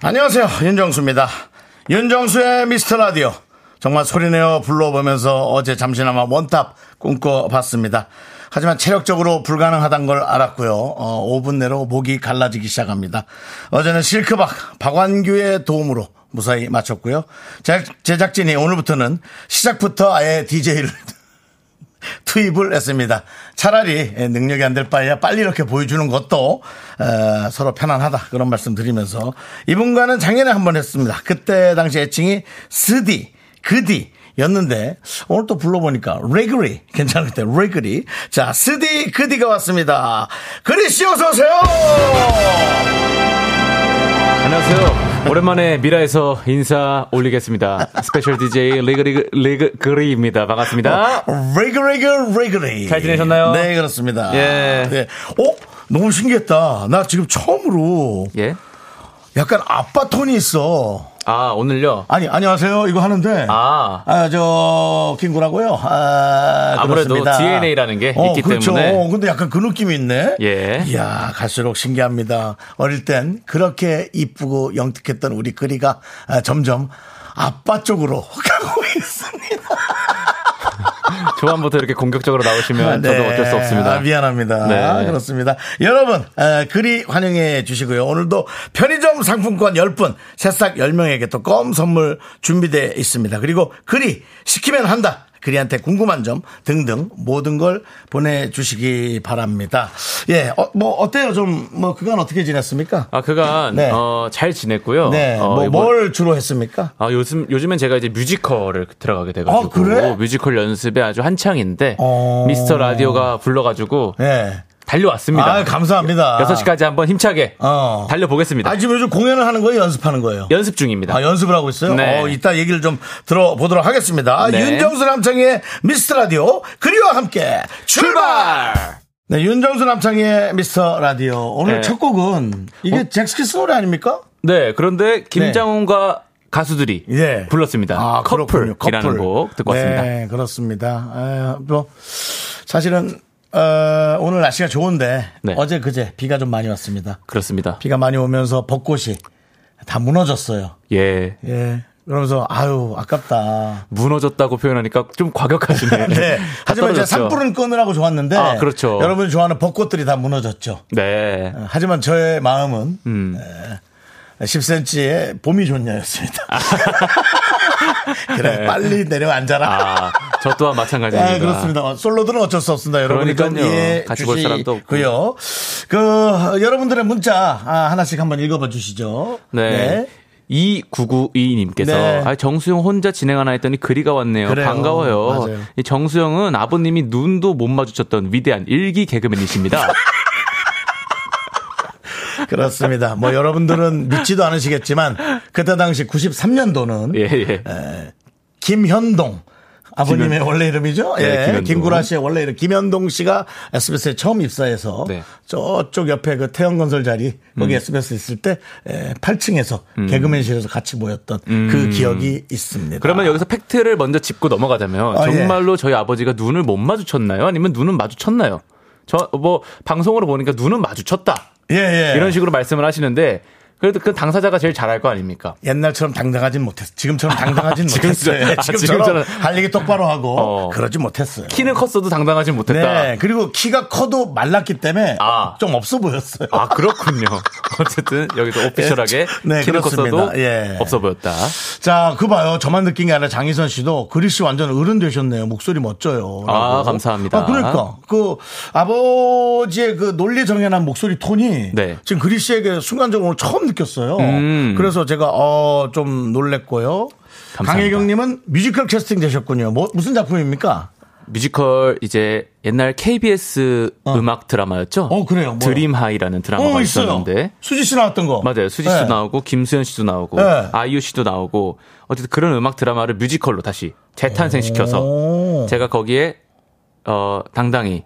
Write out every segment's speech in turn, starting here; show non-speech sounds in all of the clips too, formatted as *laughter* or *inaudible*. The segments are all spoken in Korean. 안녕하세요. 윤정수입니다. 윤정수의 미스터 라디오. 정말 소리내어 불러보면서 어제 잠시나마 원탑 꿈꿔봤습니다. 하지만 체력적으로 불가능하단 걸 알았고요. 어, 5분 내로 목이 갈라지기 시작합니다. 어제는 실크박 박완규의 도움으로 무사히 마쳤고요. 제- 제작진이 오늘부터는 시작부터 아예 DJ를 투입을 했습니다. 차라리 예, 능력이 안 될 바에야 빨리 이렇게 보여주는 것도 에, 서로 편안하다 그런 말씀 드리면서 이분과는 작년에 한 번 했습니다. 그때 당시 애칭이 스디, 그디. 였는데 오늘 또 불러보니까 레그리 괜찮을 때 레그리 자 스디 그디가 왔습니다 그리 씨 어서 오세요 안녕하세요. 오랜만에 미라에서 인사 올리겠습니다. 스페셜 DJ 리그리그 리그그리입니다. 어. 반갑습니다. 레그레그 레그리 아! 잘 지내셨나요? 네 그렇습니다 예. 네. 어 너무 신기했다 나 지금 처음으로 예. 약간 아빠 톤이 있어. 아 오늘요. 아니, 안녕하세요. 이거 하는데. 아. 저, 킹구라고요. 아, 아무래도 그렇습니다. DNA라는 게 있기 그렇죠. 때문에. 어, 근데 약간 그 느낌이 있네. 예. 이야, 갈수록 신기합니다. 어릴 땐 그렇게 이쁘고 영특했던 우리 그리가 아, 점점 아빠 쪽으로 *laughs* 가고 있습니다. 초반부터 이렇게 공격적으로 나오시면 네. 저도 어쩔 수 없습니다. 아, 미안합니다. 네. 아, 그렇습니다. 여러분, 에, 그리 환영해 주시고요. 오늘도 편의점 상품권 10분, 새싹 10명에게 또 껌 선물 준비되어 있습니다. 그리고 그리 시키면 한다. 그리한테 궁금한 점 등등 모든 걸 보내주시기 바랍니다. 예, 어, 뭐 어때요? 좀 뭐 그간 어떻게 지냈습니까? 아 그간 네. 어, 잘 지냈고요. 네, 어, 뭐 이번- 뭘 주로 했습니까? 아 요즘 요즘엔 제가 이제 뮤지컬을 들어가게 돼가지고 아, 그래? 뮤지컬 연습에 아주 한창인데 어. 미스터 라디오가 불러가지고 예. 달려왔습니다. 아, 감사합니다. 6시까지 한번 힘차게 어. 달려보겠습니다. 아, 지금 요즘 공연을 하는 거예요? 연습하는 거예요? 연습 중입니다. 아, 연습을 하고 있어요? 네. 어, 이따 얘기를 좀 들어보도록 하겠습니다. 네. 윤정수 남창희의 미스터 라디오, 그리와 함께 출발! 네, 윤정수 남창희의 미스터 라디오. 오늘 네. 어? 첫 곡은 이게 잭스키스 노래 아닙니까? 네, 그런데 김장훈과 가수들이 예. 불렀습니다. 그렇군요. 아, 커플이라는 곡 듣고 왔습니다. 네, 그렇습니다. 아, 뭐, 사실은, 어, 오늘 날씨가 좋은데, 네. 어제 그제 비가 좀 많이 왔습니다. 그렇습니다. 비가 많이 오면서 벚꽃이 다 무너졌어요. 예. 예. 그러면서, 아유, 아깝다. 무너졌다고 표현하니까 좀 과격하시네. 네. 다 하지만 이제 떨어졌죠. 산불은 끊으라고 좋았는데. 아, 그렇죠. 여러분이 좋아하는 벚꽃들이 다 무너졌죠. 네. 어, 하지만 저의 마음은 10cm의 봄이 *laughs* 좋냐였습니다. 그래, 빨리 내려앉아라. 네. 아, 저 또한 마찬가지입니다. 네, 그렇습니다. 어, 솔로들은 어쩔 수 없습니다. 여러분이 좀 그러니까요. 이해해 같이 볼 사람도 없고. 주시고요. 그 어, 여러분들의 문자 아, 하나씩 한번 읽어봐 주시죠. 네. 2992님께서 네. 아, 정수영 혼자 진행하나 했더니 그리가 왔네요. 그래요. 반가워요. 맞아요. 이 정수영은 아버님이 눈도 못 마주쳤던 위대한 일기 *laughs* 개그맨이십니다. 그렇습니다. 뭐 여러분들은 믿지도 않으시겠지만 그때 당시 93년도는 예, 예. 네. 김현동. 아버님의 원래 이름이죠? 네, 예. 김현동. 김구라 씨의 원래 이름. 김현동 씨가 SBS에 처음 입사해서 네. 음. 저쪽 옆에 그 태형건설 자리, 거기 SBS 있을 때 에, 8층에서 개그맨실에서 같이 모였던 그 기억이 있습니다. 음. 그러면 여기서 팩트를 먼저 짚고 넘어가자면 아, 예. 정말로 저희 아버지가 눈을 못 마주쳤나요? 아니면 눈은 마주쳤나요? 저 뭐 방송으로 보니까 눈은 마주쳤다 예, 예. 이런 식으로 말씀을 하시는데 그래도 그 당사자가 제일 잘 알 거 아닙니까? 옛날처럼 당당하진 못했어. 지금처럼 *laughs* 당당하진 지금- 못했어요. 아, 지금처럼, 지금처럼. 할 얘기 똑바로 하고 어. 그러지 못했어요. 키는 컸어도 당당하지 못했다. 네. 그리고 키가 커도 말랐기 때문에 아. 좀 없어 보였어요. 아 그렇군요. *laughs* 어쨌든 여기서 오피셜하게 *laughs* 네, 키는 그렇습니다. 컸어도 예. 없어 보였다. 자, 그 봐요. 저만 느낀 게 아니라 장희선 씨도 그리 씨 완전 어른 되셨네요. 목소리 멋져요. 아, 라고. 감사합니다. 아, 그러니까. 그 아버지의 그 논리 정연한 목소리 톤이 네. 지금 그리 씨에게 순간적으로 처음 느꼈어요. 음. 그래서 제가 어, 좀 놀랬고요. 감사합니다. 강혜경 님은 뮤지컬 캐스팅 되셨군요. 뭐, 무슨 작품입니까? 뮤지컬 이제 옛날 KBS 음악 드라마였죠? 어, 그래요. 뭐요? 드림 하이라는 드라마가 어, 있어요. 아, 있었는데 수지 씨 나왔던 거. 맞아요. 수지 씨도 네. 나오고 김수현 씨도 나오고 네. 아이유 씨도 나오고 어쨌든 그런 음악 드라마를 뮤지컬로 다시 재탄생시켜서 오. 제가 거기에 어 당당히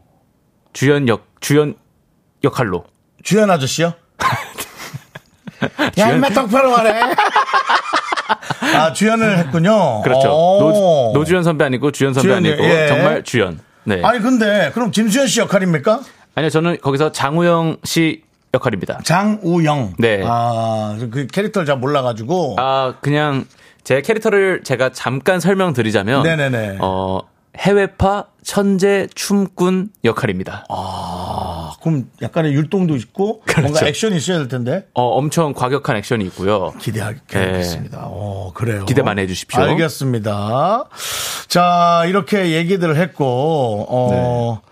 주연 역 주연 역할로 *laughs* 주연 아저씨요? 야, 인마 똑바로 *laughs* 말해. 아, 주연을 했군요. 그렇죠. 오. 노, 노주연 선배 아니고 주연 선배 주연이요. 아니고 예. 정말 주연. 네. 아니, 근데, 그럼 김수현 씨 역할입니까? 아니요 저는 거기서 장우영 씨 역할입니다. 장우영. 네. 아, 그 캐릭터를 잘 몰라가지고. 아 그냥 제 캐릭터를 제가 잠깐 설명드리자면 네네네. 어 해외파 천재 춤꾼 역할입니다. 어, 아, 그럼 약간의 율동도 있고, 뭔가 그렇죠. 액션이 있어야 될 텐데. 어, 엄청 과격한 액션이 있고요. 기대하겠습니다. 어, 그래요. 네. 기대 많이 해주십시오. 알겠습니다. 자, 이렇게 얘기들을 했고, 어,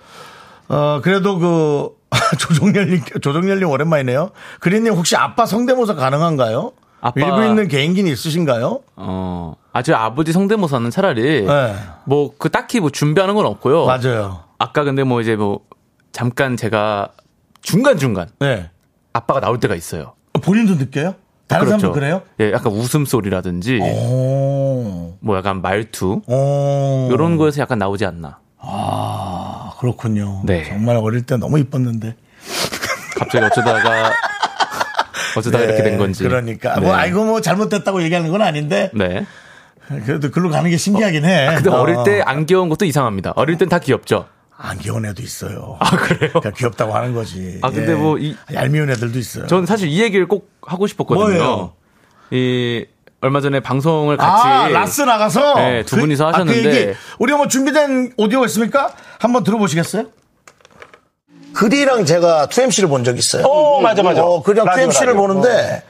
네. 어, 그래도 *laughs* 그, 조종열님, 조종열님 오랜만이네요. 그린님 혹시 아빠 성대모사 가능한가요? 아빠- 일부 있는 개인기는 있으신가요? 어, 아, 저희 아버지 성대모사는 차라리 네. 뭐 그 딱히 뭐 준비하는 건 없고요. 맞아요. 아까 근데 뭐 이제 뭐 잠깐 제가 중간 중간 네. 아빠가 나올 때가 있어요. 본인도 느껴요? 다른 사람도 그래요? 어. 예, 약간 웃음 소리라든지 오, 뭐 약간 말투 오. 이런 거에서 약간 나오지 않나. 어. 아, 그렇군요. 네. 정말 어릴 때 너무 이뻤는데. 갑자기 *laughs* 어쩌다가 어쩌다가 이렇게 된 건지. 그러니까. 네. 뭐, 아이고, 뭐, 잘못됐다고 얘기하는 건 아닌데. 네. 그래도 글로 가는 게 신기하긴 해. 근데 어. 릴 때 안 귀여운 것도 이상합니다. 어릴 땐 다 귀엽죠. *laughs* 안 귀여운 애도 있어요. 아 그래요? 그러니까 귀엽다고 하는 거지. 예. 아, 근데 뭐 이- 얄미운 애들도 있어요. 저는 사실 이 얘기를 꼭 하고 싶었거든요. 뭐예요? 이 얼마 전에 방송을 같이 아, 라스 나가서 네, 두 분이서 아, 그 하셨는데. 얘기 우리 뭐 준비된 오디오가 있습니까? 한번 들어보시겠어요? 그디랑 제가 2MC를 본 적 있어요. 어, 맞아, 맞아. 어, 그냥 라디오, 2MC를 라디오. 어. 보는데,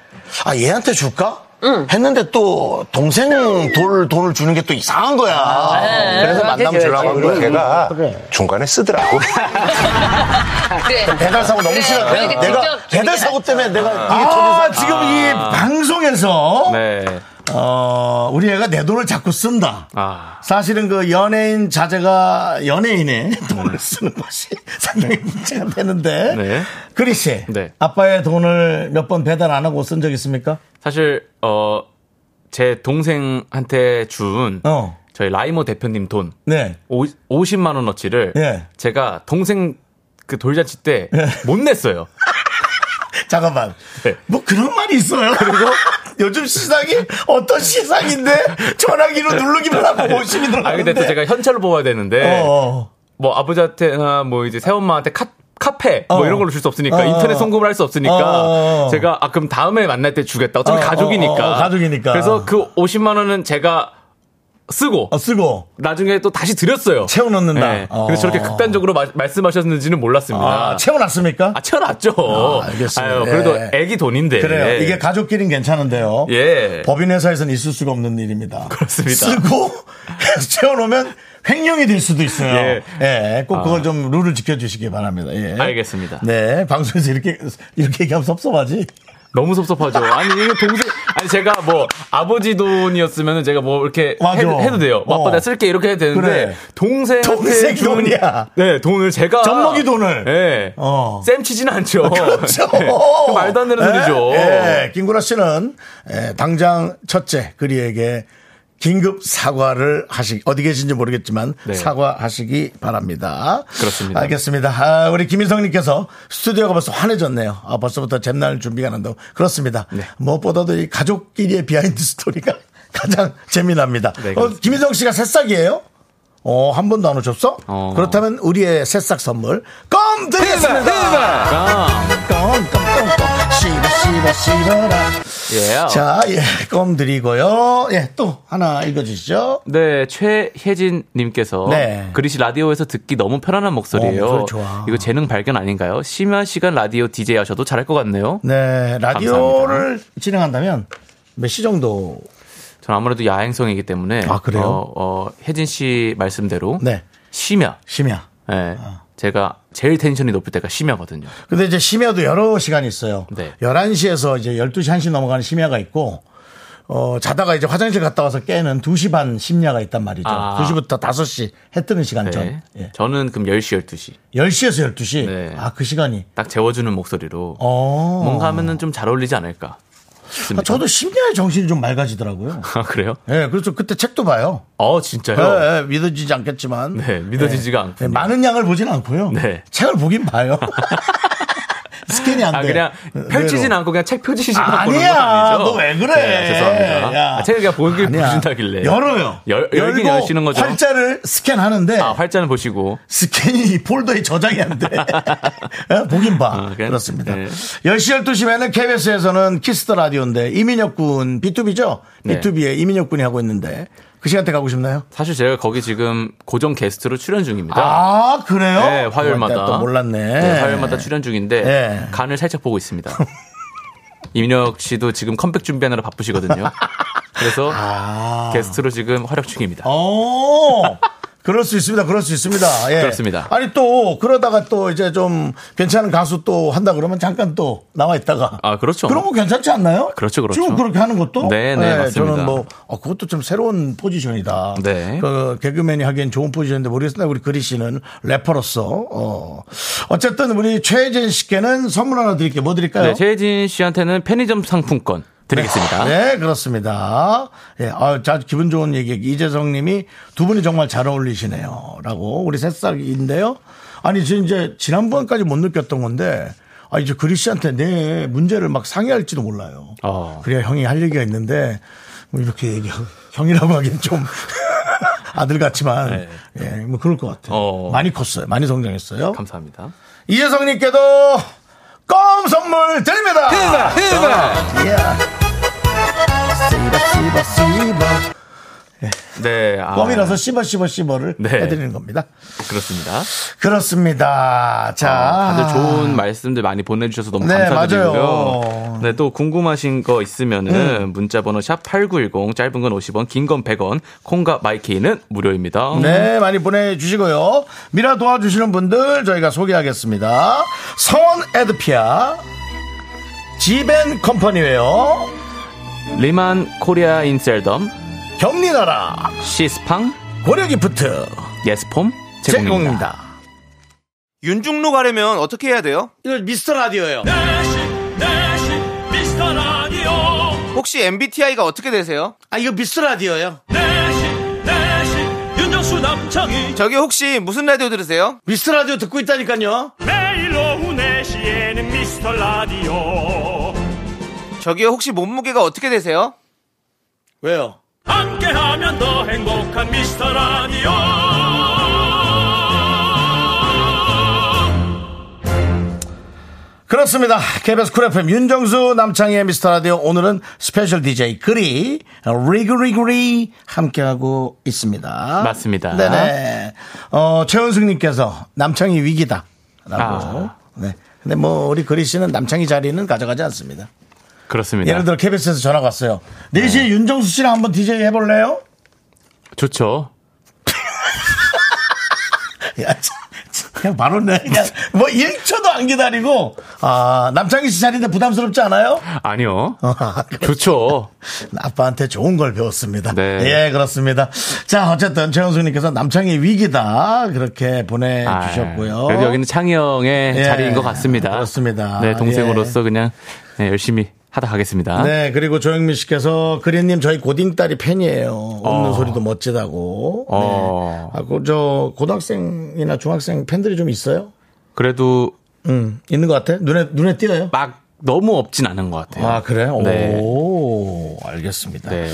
아, 얘한테 줄까? 했는데 또 동생 돌 돈을 주는 게 또 이상한 거야. 그래서 만남 주려고 아, 네. 그리고 그래. 제가 중간에 쓰더라고. 배달 사고 너무 싫어. 그래, 내가, 그래, 내가 네. 직접 배달 사고 때문에 내가 이게 아, 지금 이 방송에서 네. 어, 우리 애가 내 돈을 자꾸 쓴다. 아. 사실은 그 연예인 자제가 연예인의 *laughs* 돈을 쓰는 것이 상당히 문제가 되는데. 음. 네. 그리 씨, 네. 아빠의 돈을 몇 번 배달 안 하고 쓴 적 있습니까? 사실 어 제 동생한테 준 어. 저희 라이모 대표님 돈 네. 오, 50만 원어치를 예. 제가 동생 그 돌잔치 때 못 냈어요. 잠깐만. 네. 뭐 그런 말이 있어요. 그리고 *laughs* 요즘 시상이 어떤 시상인데 전화기로 누르기만 하고 50이 들어가는데. 아 근데 또 제가 현찰로 뽑아야 되는데 어. 뭐 아버지한테나 뭐 이제 새엄마한테 카 카페 뭐 어. 이런 걸로 줄 수 없으니까 어. 인터넷 송금을 할 수 없으니까 어. 제가 아 그럼 다음에 만날 때 주겠다 어차피 어, 가족이니까 어, 어, 가족이니까. 그래서 그 50만 원은 제가 쓰고 어, 쓰고 나중에 또 다시 드렸어요 채워 넣는다. 네. 어. 그래서 저렇게 극단적으로 마- 말씀하셨는지는 몰랐습니다 아, 채워 놨습니까? 아 채워놨죠 아, 알겠습니다. 아유, 그래도 예. 애기 돈인데 그래요. 이게 가족끼리는 괜찮은데요. 예. 법인 회사에서는 있을 수가 없는 일입니다. 그렇습니다. 쓰고 *laughs* 채워놓으면 횡령이 될 수도 있어요. 예. 예. 꼭 그걸 좀 룰을 지켜주시기 바랍니다. 예. 알겠습니다. 네. 방송에서 이렇게, 이렇게 얘기하면 섭섭하지? 너무 섭섭하죠. 아니 이거 동생 아니 제가 뭐 아버지 돈이었으면 제가 뭐 이렇게 맞아. 해도, 해도 돼요. 뭐 어. 아빠 내가 쓸게 이렇게 해도 되는데 그래. 동생 동생 돈이야. 네 돈을 제가 젖먹이 돈을. 예. 어. 쌤 치진 않죠. 그렇죠. *laughs* 네. 그 말도 안 되는 예? 소리죠. 예. 김구라 씨는 예, 당장 첫째 그리에게 긴급 사과를 하시 어디 계신지 모르겠지만 네. 사과하시기 바랍니다. 그렇습니다. 알겠습니다. 아, 우리 김인성님께서 스튜디오가 벌써 환해졌네요. 아, 벌써부터 잼날 준비가 난다고. 그렇습니다. 네. 무엇보다도 이 가족끼리의 비하인드 스토리가 *laughs* 가장 재미납니다. 네, 어, 그렇습니다. 김인성 씨가 새싹이에요? 어, 한 번도 안 오셨어? 어. 네, 그렇다면 우리의 새싹 선물 껌 드리겠습니다. 아, 껌껌껌껌 씹어 씹어 씹어라 예. 자예껌 드리고요 예 또 하나 읽어주시죠 네, 최혜진님께서 네. 그리시 라디오에서 듣기 너무 편안한 목소리예요. 어, 목소리 좋아. 이거 재능 발견 아닌가요? 심야 시간 라디오 DJ 하셔도 잘할 것 같네요. 네 라디오를 진행한다면 몇 시 정도 저는 아무래도 야행성이기 때문에 아, 그래요? 어, 어, 혜진 씨 말씀대로 네 심야. 심야 예. 아. 제가 제일 텐션이 높을 때가 심야거든요. 근데 이제 심야도 여러 시간이 있어요 네. 11시에서 이제 12시 1시 넘어가는 심야가 있고 어, 자다가 이제 화장실 갔다 와서 깨는 2시 반 심야가 있단 말이죠. 아. 2시부터 5시 해 뜨는 시간 전. 네. 예. 저는 그럼 10시, 12시. 10시에서 12시. 네. 아, 그 시간이. 딱 재워주는 목소리로. 어. 뭔가 하면은 좀 잘 어울리지 않을까. 아, 싶습니다. 저도 심야에 정신이 좀 맑아지더라고요. *laughs* 아, 그래요? 예, 그래서 그때 책도 봐요. 어, 예, 진짜요? 예, 믿어지지 않겠지만. 네, 믿어지지가 않고. 예, 많은 양을 보진 않고요. 네. 책을 보긴 *laughs* 봐요. 스캔이 안 돼. 어, 아, 그냥 펼치진 의외로. 않고 그냥 책 표지지만 보는 건 네. 아니야. 아니죠? 너 왜 그래? 네, 죄송합니다. 야. 아, 책을 그냥 보기 아니야. 보신다길래. 열어요. 열, 열긴 열고 열시는 거죠. 활자를 스캔하는데 아, 활자는 보시고. 스캔이 이 폴더에 *laughs* 저장이 안 돼. 예, 보긴 봐. 아, 그래? 그렇습니다. 네. 10시 12시면은 KBS에서는 키스터 라디오인데 이민혁 군 B2B죠? 네. B2B에 이민혁 군이 하고 있는데 그 시간대 가고 싶나요? 사실 제가 거기 지금 고정 게스트로 출연 중입니다. 아, 그래요? 네, 화요일마다. 또 몰랐네. 네, 화요일마다 출연 중인데 네. 간을 살짝 보고 있습니다. *laughs* 이민혁 씨도 지금 컴백 준비하느라 바쁘시거든요. 그래서 게스트로 지금 활약 중입니다. *laughs* 어. 그럴 수 있습니다. 그럴 수 있습니다. 예. 그렇습니다. 아니 또 그러다가 또 이제 좀 괜찮은 가수 또 한다 그러면 잠깐 또 나와 있다가 아, 그렇죠. 그런 거 괜찮지 않나요? 그렇죠, 그렇죠. 지금 그렇게 하는 것도 네, 네, 맞습니다. 저는 뭐 어, 그것도 좀 새로운 포지션이다. 네. 그 개그맨이 하기엔 좋은 포지션인데 모르겠으나 우리 그리 씨는 래퍼로서 어 어쨌든 우리 최혜진 씨께는 선물 하나 드릴게요. 뭐 드릴까요? 네, 최혜진 씨한테는 편의점 상품권 드리겠습니다. 네, 그렇습니다. 예, 아, 자, 기분 좋은 얘기. 이재성 님이 두 분이 정말 잘 어울리시네요. 라고. 우리 새싹인데요. 아니, 지금 이제 지난번까지 못 느꼈던 건데, 아, 이제 그리 씨한테 내 문제를 막 상의할지도 몰라요. 어. 그래야 형이 할 얘기가 있는데, 뭐 이렇게 얘기, 형이라고 하기엔 좀. *laughs* 아들 같지만, 예, 뭐 그럴 것 같아요. 네. 어. 많이 컸어요. 많이 성장했어요. 감사합니다. 이재성 님께도 껌 선물 드립니다. 야. 씨바 씨바 씨바 네, 아, 껌이라서 씨바 씨바 씨바를 네. 해드리는 겁니다. 그렇습니다. 그렇습니다. 자, 아, 다들 좋은 말씀들 많이 보내주셔서 너무 아. 네, 맞아요. 음. 감사드리고요. 네, 또 궁금하신 거 있으면은 문자번호 샵 #8910 짧은 건 50원, 긴 건 100원, 콩과 마이케이는 무료입니다. 네, 많이 보내주시고요. 미라 도와주시는 분들 저희가 소개하겠습니다. 성원 에드피아, 지벤 컴퍼니웨어, 리만 코리아 인셀덤, 경리나라, 시스팡, 고려기프트 예스폼 제공입니다. 제공입니다. 윤중로 가려면 어떻게 해야 돼요? 이거 미스터 라디오예요. 내시 내시 미스터 라디오 혹시 MBTI가 어떻게 되세요? 아, 이거 미스터 라디오예요. 내시 내시 윤정수 남창희 저기 혹시 무슨 라디오 들으세요? 미스터 라디오 듣고 있다니까요. 매일 오후 4시에는 미스터 라디오 저기 혹시 몸무게가 어떻게 되세요? 왜요? 함께하면 더 행복한 미스터 라디오 그렇습니다. KBS 쿨 FM 윤정수 남창희의 미스터 라디오 오늘은 스페셜 DJ 그리 리그리그리 함께하고 있습니다. 맞습니다. 네네. 어, 최은숙님께서 남창희 위기다라고. 아. 네. 근데 뭐 우리 그리 씨는 남창희 자리는 가져가지 않습니다. 그렇습니다. 예를 들어 KBS에서 전화가 왔어요. 네. 4시에 윤정수 씨랑 한번 DJ 해볼래요? *laughs* 좋죠. 야, 참, 참, 그냥 바로 내 그냥 뭐 1초도 안 기다리고 아 남창희 씨 자리인데 부담스럽지 않아요? *laughs* 아니요. 어. 좋죠. 아빠한테 좋은 걸 배웠습니다. 네. 예, 그렇습니다. 자, 어쨌든 최현수님께서 남창희 위기다 그렇게 네, 보내주셨고요. 아, 그래도 여기는 창희 형의 예, 자리인 것 같습니다. 그렇습니다. 예. 네, 동생으로서 그냥 네, 열심히 하다 가겠습니다. 네, 그리고 조영민 씨께서 그린님 저희 고딩 딸이 팬이에요. 웃는 소리도 멋지다고. 어. 네. 아, 그, 저 고등학생이나 중학생 팬들이 좀 있어요? 그래도 음, 있는 것 같아. 눈에 눈에 띄어요. 막 너무 없진 않은 것 같아요. 아, 그래요? 네. 오, 알겠습니다. 네.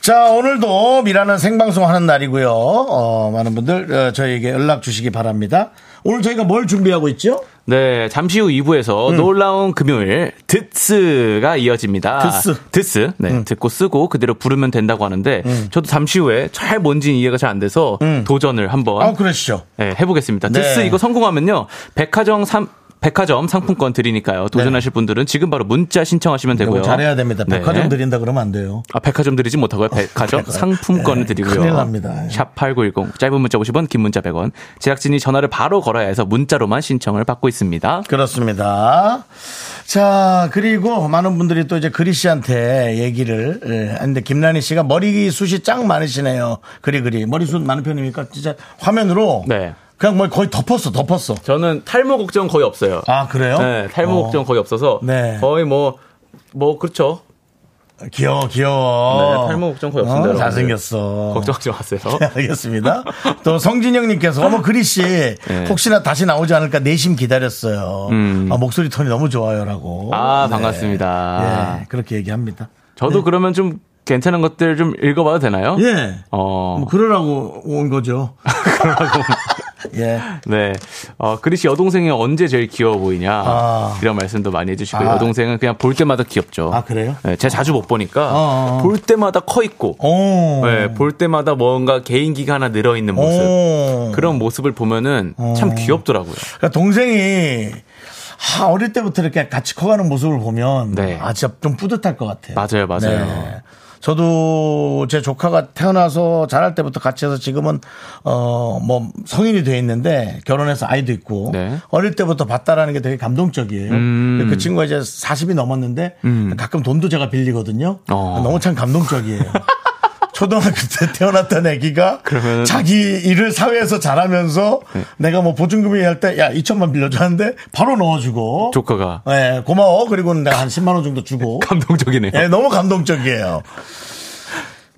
자, 오늘도 미라는 생방송 하는 날이고요. 어, 많은 분들 어, 저희에게 연락 주시기 바랍니다. 오늘 저희가 뭘 준비하고 있죠? 네, 잠시 후 2부에서 음. 놀라운 금요일 드스가 이어집니다. 드스. 음. 드스. 네, 듣고 쓰고 그대로 부르면 된다고 하는데 저도 잠시 후에 잘 뭔지 이해가 잘 안 돼서 도전을 한번 음. 아, 그러시죠. 네, 해보겠습니다. 네. 드스 이거 성공하면요 백화점 삼 백화점 상품권 드리니까요. 도전하실 분들은 지금 바로 문자 신청하시면 되고요. 네. 잘해야 됩니다. 네. 백화점 드린다 그러면 안 돼요. 아, 백화점 드리지 못하고요. 백화점 상품권을 드리고요. 네, 큰일 납니다. 예. 샵8910 짧은 문자 50원, 긴 문자 100원. 제작진이 전화를 바로 걸어야 해서 문자로만 신청을 받고 있습니다. 그렇습니다. 자, 그리고 많은 분들이 또 이제 그리 씨한테 얘기를 예, 했는데 김란희 씨가 머리숱이 짱 많으시네요. 그리 그리. 머리숱 많은 편입니까? 진짜 화면으로 네. 그냥 뭐 거의 덮었어, 덮었어. 저는 탈모 걱정 거의 없어요. 아, 그래요? 네, 탈모 어. 걱정 거의 없어서 네. 거의 뭐, 뭐, 그렇죠. 귀여워, 귀여워. 어, 네, 탈모 걱정 거의 없습니다, 여러분들. 잘생겼어. 걱정하지 *laughs* 마세요. 네. 알겠습니다. 또 성진영님께서 어머 그리 씨 네. 혹시나 다시 나오지 않을까 내심 기다렸어요. 아, 목소리 톤이 너무 좋아요라고. 음. 아, 네. 반갑습니다. 예, 그렇게 얘기합니다. 저도 그러면 좀 괜찮은 것들 좀 읽어봐도 되나요? 예. 어, 뭐 그러라고 온 거죠. *laughs* 그러라고. *laughs* 예. 네. 어, 그리시 여동생이 언제 제일 귀여워 보이냐. 아. 이런 말씀도 많이 해주시고, 아. 여동생은 그냥 볼 때마다 귀엽죠. 아, 그래요? 네, 제가 자주 못 보니까, 어, 어. 볼 때마다 커 있고, 오. 네, 볼 때마다 뭔가 개인기가 하나 늘어있는 모습. 오. 그런 모습을 보면은 어. 참 귀엽더라고요. *laughs* 그러니까 동생이 아, 어릴 때부터 이렇게 같이 커가는 모습을 보면 네. 아 진짜 좀 뿌듯할 것 같아요. 네. 맞아요, 맞아요. 저도 제 조카가 태어나서 자랄 때부터 같이 해서 지금은 어 뭐 성인이 돼 있는데 결혼해서 아이도 있고 네. 음. 어릴 때부터 봤다라는 게 되게 감동적이에요. 그 친구가 이제 40이 넘었는데 가끔 돈도 제가 빌리거든요. 어. 너무 참 감동적이에요. *laughs* 초등학교 때 태어났던 아기가 그러면은- 네. 자기 일을 사회에서 잘하면서 내가 뭐 보증금이 할 때 야 2천만 빌려줘 하는데 바로 넣어주고 조카가. 예, 고마워 그리고는 내가 한 10만 원 정도 주고 감동적이네요. 예, 너무 감동적이에요.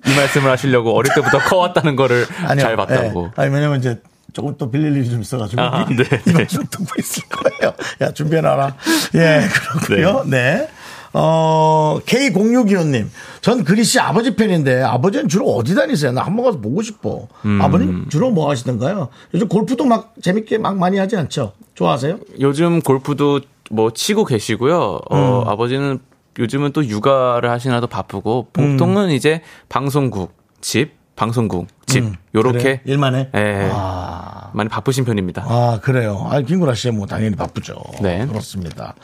이 말씀을 하시려고 어릴 *laughs* 때부터 커왔다는 거를 아니요. 잘 봤다고. 예. 아니, 왜냐면 이제 조금 또 빌릴 일이 좀 있어가지고. 아, 이- 네. *laughs* 이 말씀 듣고 있을 거예요. 야, 준비해놔라. 예, 그렇고요 네. 어, K0625님. 전 그리씨 아버지 팬인데 아버지는 주로 어디 다니세요? 나 한 번 가서 보고 싶어. 음. 아버님 주로 뭐 하시던가요? 요즘 골프도 막 재밌게 막 많이 하지 않죠? 좋아하세요? 예. 요즘 골프도 뭐 치고 계시고요. 어, 아버지는 요즘은 또 육아를 하시나도 바쁘고 보통은 이제 방송국 집 방송국 집 요렇게 그래요? 아. 일만 해? 음. 예. 많이 바쁘신 편입니다. 아, 그래요. 아, 김구라 씨는 뭐 당연히 바쁘죠. 네. 그렇습니다.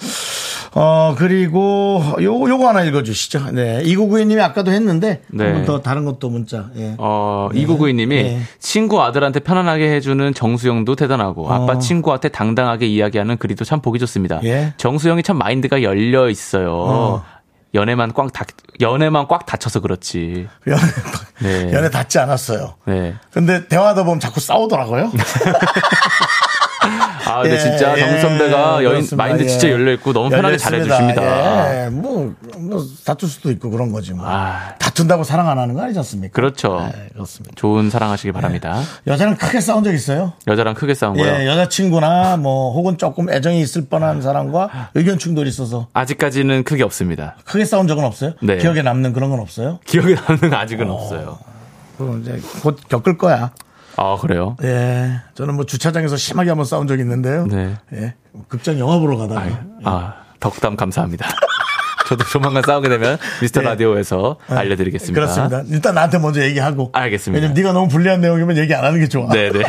어, 그리고 요, 요거 하나 읽어주시죠. 네. 2992님이 아까도 했는데. 네. 한 번 더 다른 것도 문자. 예. 어, 이구구이님이 네. 친구 아들한테 편안하게 해주는 정수영도 대단하고 아빠 친구한테 당당하게 이야기하는 그리도 참 보기 좋습니다. 예. 정수영이 참 마인드가 열려 있어요. 연애만 꽉 다, 연애만 꽉 닫혀서 그렇지. 연애, 네. 연애 닿지 않았어요. 네. 근데 대화하다 보면 자꾸 싸우더라고요. 아, 근데 예, 진짜 예, 정 선배가 여인 그렇습니다. 마인드 진짜 예. 열려 있고 너무 편하게 잘해 열려있습니다. 주십니다. 예. 뭐, 뭐, 다툴 수도 있고 그런 거지 뭐. 아. 다툰다고 사랑 안 하는 거 아니지 않습니까? 그렇죠. 예, 그렇습니다. 좋은 사랑하시기 바랍니다. 여자랑 크게 싸운 적 있어요? 여자랑 크게 싸운 거요. 예, 여자친구나 뭐 혹은 조금 애정이 있을 뻔한 사람과 의견 충돌이 있어서 아직까지는 크게 없습니다. 크게 싸운 적은 없어요? 네. 기억에 남는 그런 건 없어요? 기억에 남는 건 아직은 없어요. 그럼 이제 곧 겪을 거야. 아, 그래요? 예. 저는 뭐 주차장에서 심하게 한번 싸운 적이 있는데요. 네. 예. 극장 영화 보러 가다가 아, 덕담 감사합니다. *laughs* 저도 조만간 싸우게 되면 미스터 라디오에서 알려드리겠습니다. 예. 그렇습니다. 일단 나한테 먼저 얘기하고. 알겠습니다. 왜냐면 네가 너무 불리한 내용이면 얘기 안 하는 게 좋아. 네네.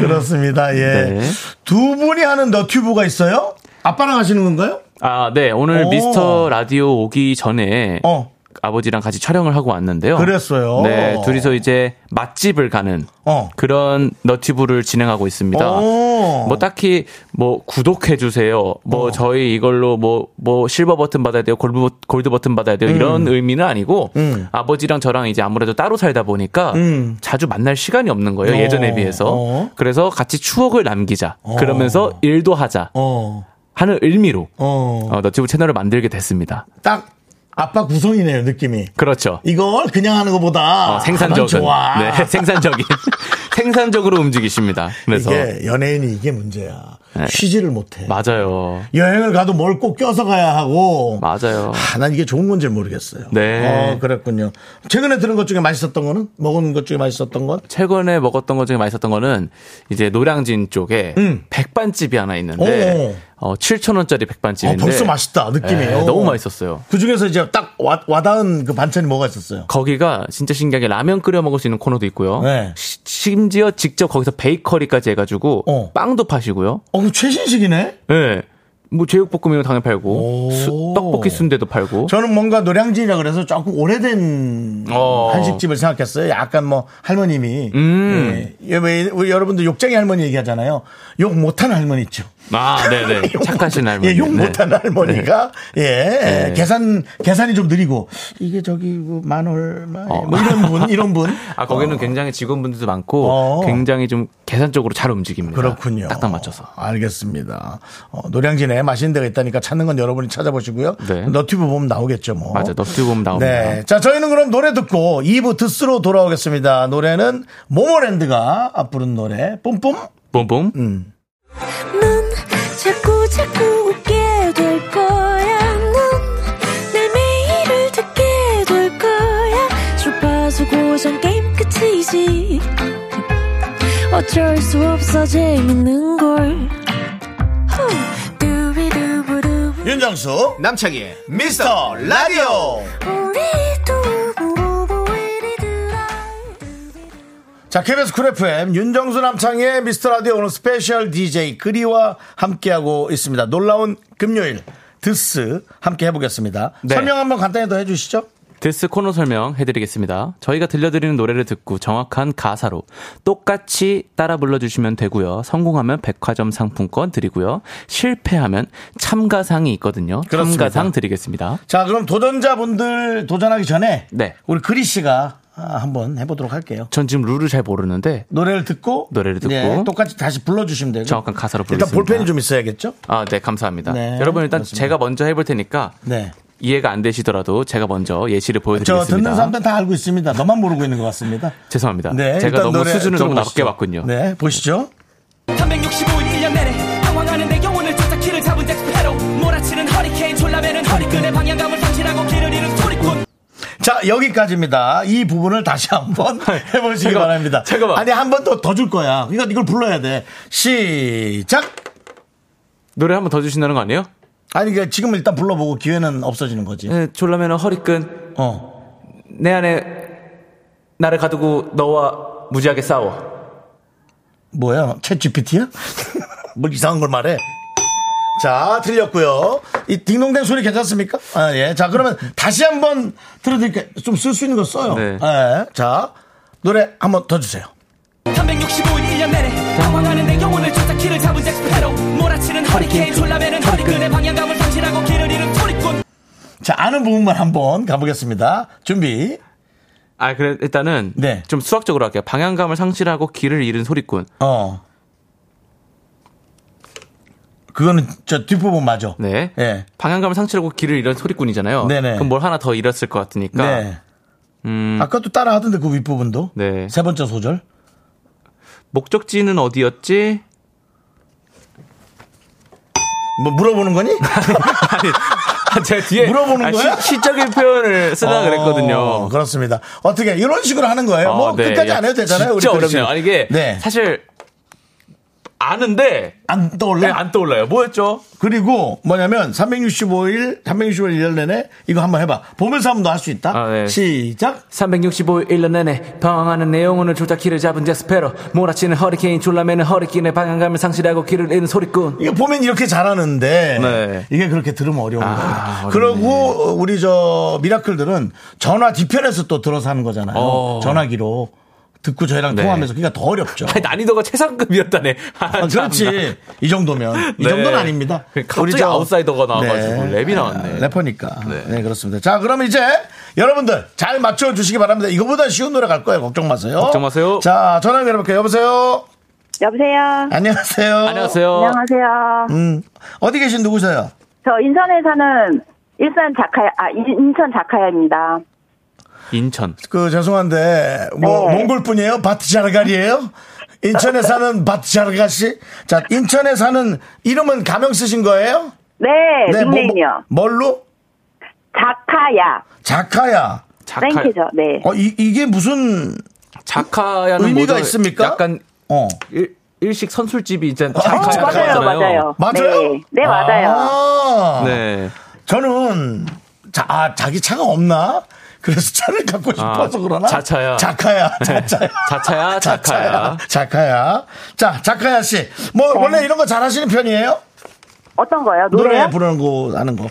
그렇습니다. 예. 네. 두 분이 하는 너튜브가 있어요? 아빠랑 하시는 건가요? 아, 네. 오늘 오. 미스터 라디오 오기 전에 어. 아버지랑 같이 촬영을 하고 왔는데요. 그랬어요. 네. 둘이서 이제 맛집을 가는 어. 그런 너튜브를 진행하고 있습니다. 오. 뭐 딱히 뭐 구독해 주세요. 뭐 어. 저희 이걸로 뭐 뭐 실버 버튼 받아야 돼요. 골드, 버- 골드 버튼 받아야 돼요. 이런 음. 의미는 아니고 아버지랑 저랑 이제 아무래도 따로 살다 보니까 자주 만날 시간이 없는 거예요. 음. 어. 예전에 비해서. 어. 그래서 같이 추억을 남기자. 그러면서 일도 하자 어. 하는 의미로 어. 어, 너튜브 채널을 만들게 됐습니다. 딱 아빠 구성이네요, 느낌이. 그렇죠. 이걸 그냥 하는 것보다 어, 생산적인 가장 아, 좋아. 네, *laughs* 생산적인 생산적으로 움직이십니다. 그래서 네. 이게 연예인이 이게 문제야. 쉬지를 못해. 맞아요. 여행을 가도 뭘 꼭 껴서 가야 하고. 맞아요. 아, 난 이게 좋은 건지 모르겠어요. 네. 어, 그랬군요. 최근에 들은 것 중에 맛있었던 거는? 먹은 것 중에 맛있었던 건? 최근에 먹었던 것 중에 맛있었던 거는 이제 노량진 쪽에 백반집이 하나 있는데 음. 오. 어, 7천 원짜리 백반집인데 어, 벌써 맛있다 느낌이. 네, 요 너무 맛있었어요. 그 중에서 이제 딱 와, 와닿은 그 반찬이 뭐가 있었어요? 거기가 진짜 신기하게 라면 끓여 먹을 수 있는 코너도 있고요. 네. 시- 심지어 직접 거기서 베이커리까지 해가지고 어. 빵도 파시고요. 어, 그 최신식이네. 예. 뭐 제육볶음이면 당연히 팔고 수- 떡볶이 순대도 팔고. 저는 뭔가 노량진이라 그래서 조금 오래된 어. 한식집을 생각했어요. 약간 뭐 할머님이 음. 예, 왜 우리 여러분들 욕쟁이 할머니 얘기하잖아요. 욕 못하는 할머니 있죠. 아, 네네. 착하신 할머니. 예, *laughs* 욕 네. 못하는 할머니가 예 계산 계산이 좀 느리고 이게 저기 뭐 만 얼마 뭐 이런 분 이런 분 어. *laughs* 아, 거기는 굉장히 직원분들도 많고 어. 굉장히 좀 계산적으로 잘 움직입니다. 그렇군요. 어? 딱딱 맞춰서. 알겠습니다. 어, 노량진에 맛있는 데가 있다니까 찾는 건 여러분이 찾아보시고요. 네. 너튜브 보면 나오겠죠, 뭐. 맞아, 너튜브 보면 나옵니다. 네. 자, 저희는 그럼 노래 듣고 2부 듣스로 돌아오겠습니다. 노래는 모모랜드가 부른 노래 뿜뿜. 음. 뿜뿜. 넌 자꾸 자꾸 웃게 될 거야. 넌내 매일을 듣게 될 거야. 주파수 고정 게임 끝이지. 어쩔 수 없어 재밌는 걸. 후. 두비두부두. 윤정수. 남창희의 미스터 라디오 우리 두부부부 우리들아. 두비두부. 자, KBS 쿨 FM 윤정수 남창의 미스터 라디오 오늘 스페셜 DJ 그리와 함께하고 있습니다. 놀라운 금요일 드스 함께 해보겠습니다. 네. 설명 한번 간단히 더 해주시죠. 데스 코너 설명해드리겠습니다. 저희가 들려드리는 노래를 듣고 정확한 가사로 똑같이 따라 불러주시면 되고요. 성공하면 백화점 상품권 드리고요. 실패하면 참가상이 있거든요. 그렇습니다. 참가상 드리겠습니다. 자, 그럼 도전자분들 도전하기 전에 네. 우리 그리 씨가 아, 한번 해보도록 할게요. 전 지금 룰을 잘 모르는데 노래를 듣고 노래를 듣고 예, 똑같이 다시 불러주시면 되고 정확한 가사로 일단 부르겠습니다. 볼펜이 좀 있어야겠죠? 아, 네, 감사합니다. 네, 여러분 일단 그렇습니다. 제가 먼저 해볼 테니까 네. 이해가 안 되시더라도 제가 먼저 예시를 저 보여드리겠습니다. 듣는 사람들은 다 알고 있습니다. 너만 모르고 있는 것 같습니다. 죄송합니다. 네, 제가 일단 너무 노래 수준을 너무 들어보시죠. 낮게 봤군요. 네, 보시죠. 365일 1년 내내 방황하는 내 영혼을 쫓아 길을 잡은 잭스페로 몰아치는 허리케인 졸라매는 허리끈의 방향감을 상실하고 길을 잃은 소리꾼 자, 여기까지입니다. 이 부분을 다시 *laughs* 한번 해보시기 잠깐만, 바랍니다. 잠깐만. 아니, 한 번 더 더 줄 거야. 이거 이걸 불러야 돼. 시작! 노래 한 번 더 주신다는 거 아니에요? 아니, 그러니까 지금 일단 불러보고 기회는 없어지는 거지. 네, 졸라매는 허리끈 어. 내 안에 나를 가두고 너와 무지하게 싸워. 뭐야? 챗 GPT야? *laughs* 뭘 이상한 걸 말해. 자, 틀렸고요. 이 딩동댕 소리 괜찮습니까? 아, 예. 자, 그러면 다시 한번 들어드릴게요. 좀 쓸 수 있는 거 써요. 네. 예. 자, 노래 한번 더 주세요. 365일 1년 내내 방황하는 내 영혼을 쫓아 길을 잡은 잭스페로 몰아치는 허리케인 졸라매는 허리끈의 방향감을 상실하고 길을 잃은 소리꾼 자, 아는 부분만 한번 가보겠습니다. 준비. 아, 그래, 일단은. 네. 좀 수학적으로 할게요. 방향감을 상실하고 길을 잃은 소리꾼. 어. 그거는 저 뒷부분 맞아. 네. 예. 방향감을 상실하고 길을 잃은 소리꾼이잖아요. 네네. 그럼 뭘 하나 더 잃었을 것 같으니까. 음. 네. 아까도 따라 하던데 그 윗부분도. 그러니까, 네. 세 번째 소절. 목적지는 어디였지? 뭐 물어보는 거니? 아, 제가 뒤에. 물어보는 아, 거야? 시, 적인 표현을 쓰려고 어, 아, 그랬거든요. 그렇습니다. 어떻게 이런 식으로 하는 거예요. 아, 뭐 네. 끝까지 야, 안 해도 되잖아요. 진짜 우리 어렵네요. 아니, 이게. 네. 사실. 아는데. 안 네, 떠올라. 안 떠올라요. 뭐였죠? 그리고 뭐냐면 365일, 365일 일년 내내 이거 한번 해봐. 보면서 한번 더 할 수 있다. 아, 네. 시작. 365일 1년 내내 방황하는 내 영혼을 조차 길을 잡은 제스페로 몰아치는 허리케인 졸라매는 허리케인의 방향감을 상실하고 길을 잃은 소리꾼 이거 보면 이렇게 잘하는데 네. 이게 그렇게 들으면 어려운 아, 겁니다. 어렵네. 그러고 어, 우리 저 미라클들은 전화 뒤편에서 또 들어서 하는 거잖아요. 어. 전화기로 듣고 저희랑 네. 통화하면서 그러니까 더 어렵죠. 아니, 난이도가 최상급이었다네 *laughs* 아, 아, 그렇지. 이 정도면. 이 네. 정도는 아닙니다. 그 갑자기 아웃사이더가 나와가지고 랩이 나왔네. 아, 래퍼니까. 네. 그렇습니다. 자, 그럼 이제 여러분들 잘 맞춰주시기 바랍니다. 이거보다 쉬운 노래 갈 거예요. 걱정 마세요. 걱정 마세요. 자, 전화 연결해볼게요. 여보세요? 여보세요. 안녕하세요. 네, 안녕하세요 안녕하세요. 음, 어디 계신 누구세요? 저 인천에 사는 일산 자카야, 아, 인- 인천 자카야입니다. 인천 그, 죄송한데, 뭐, 네. 몽골 분이에요? 바트자르갈이에요? 인천에 사는 바트자르가 씨? 자, 인천에 사는 이름은 가명 쓰신 거예요? 네, 뭐, 뭐, 닉네임이요. 뭘로? 자카야. 자카야. 자카, 땡큐죠, 네. 어, 이, 이게 무슨 자카야는 의미가 뭐죠? 있습니까? 약간 어. 일- 일식 선술집이 이제 맞아요, 맞아요, 맞아요. 맞아요? 네, 네 맞아요. 아, 네. 저는 자, 아, 자기 차가 없나? 그래서 차를 갖고 싶어서 그러나? 아, 자차야. 네. 아, 자카야. 자차야. 자차야, 자카야. 자카야. 자, 자카야 씨. 뭐, 원래 이런 거 잘하시는 편이에요? 어떤 거요? 노래 네. 노래요? 부르는 거 하는 거.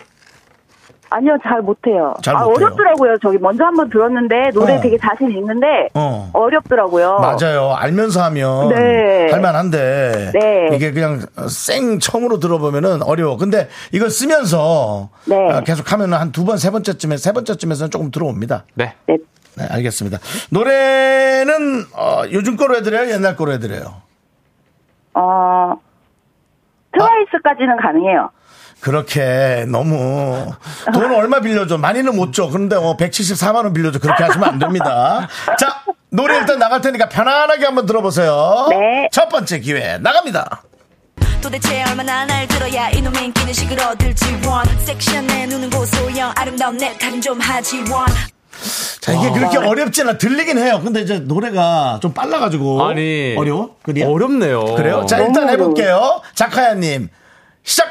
아니요, 잘 못해요. 잘 아, 못해요. 어렵더라고요. 저기 먼저 한번 들었는데 노래 어. 되게 자신 있는데 어. 어렵더라고요. 맞아요. 알면서 하면 네. 할만한데 네. 이게 그냥 생 처음으로 들어보면은 어려워. 근데 이걸 쓰면서 아, 네. 계속 하면 은 한 두 번, 세 번째쯤에 세 번째쯤에서는 조금 들어옵니다. 네. 네. 네, 알겠습니다. 노래는 어, 요즘 거로 해드려요? 옛날 거로 해드려요? 어, 트와이스까지는 가능해요. 그렇게 너무 돈 얼마 빌려줘? 많이는 못 줘. 그런데 어, 174만 원 빌려줘. 그렇게 하시면 안 *laughs* 됩니다. 자, 노래 일단 나갈 테니까 편안하게 한번 들어보세요. 네. 첫 번째 기회 나갑니다. 도대체 얼마나 날 들어야 이놈의 인기는 식을 얻을지 원 섹션에 누는 고소영 아름다운 내 탈은 좀 하지 원 자, 이게 그렇게 어렵지 않아. 들리긴 해요. 근데 이제 노래가 좀 빨라가지고. 아니. 어려워? 그래요? 어렵네요. 그래요? 자, 일단 해볼게요. 자카야님. 시작!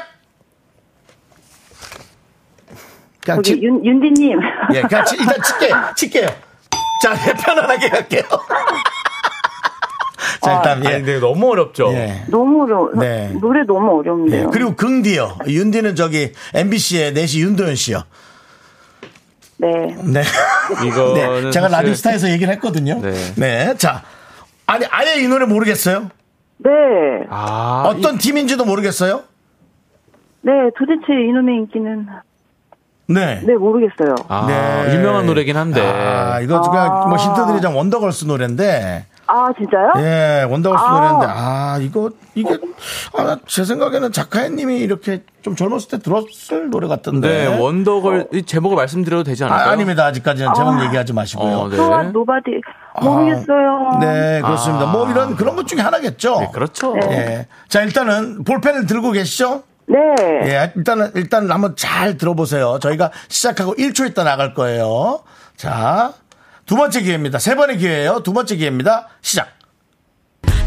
그냥 저기 치, 윤, 윤디님. 아, 예, 그냥 치, 일단 칠게, 칠게요. 자, 예, *laughs* 편안하게 할게요. 자, 일단, 아니, 예. 근데 너무 어렵죠? 예. *laughs* 너무 어려 네. 노래 너무 예. 어려운데요. 그리고 긍디요. 윤디는 저기 MBC의 내시 윤도현 씨요. 네. 네. 이거는. 네. 제가 어, 사실- 라디오스타에서 얘기를 했거든요. 네. 네. 자. 아니, 아예 이 노래 모르겠어요? 네. 아, 어떤 팀인지도 모르겠어요? 네, 도대체 이놈의 인기는 네. 네, 모르겠어요. 아, 네. 유명한 노래긴 한데. 아, 이거 제가 뭐 힌트 드리자면 원더걸스 노래인데, 아, 진짜요? 예, 원더걸스 아. 노래인데, 아, 이거, 이게, 아, 제 생각에는 작가님이 이렇게 좀 젊었을 때 들었을 노래 같던데. 네, 원더걸, 이 제목을 말씀드려도 되지 않을까요? 어. 아, 닙니다 아직까지는 제목 얘기하지 마시고요. 어, 네. 또한 노바디 모르겠어요. 네, 그렇습니다. 뭐 이런 그런 것 중에 하나겠죠. 네, 그렇죠. 예. 자, 일단은 볼펜을 들고 계시죠? 네. 예, 일단은, 일단 한번 잘 들어보세요. 저희가 시작하고 1초 있다 나갈 거예요. 자, 두 번째 기회입니다. 세 번의 기회예요. 두 번째 기회입니다. 시작.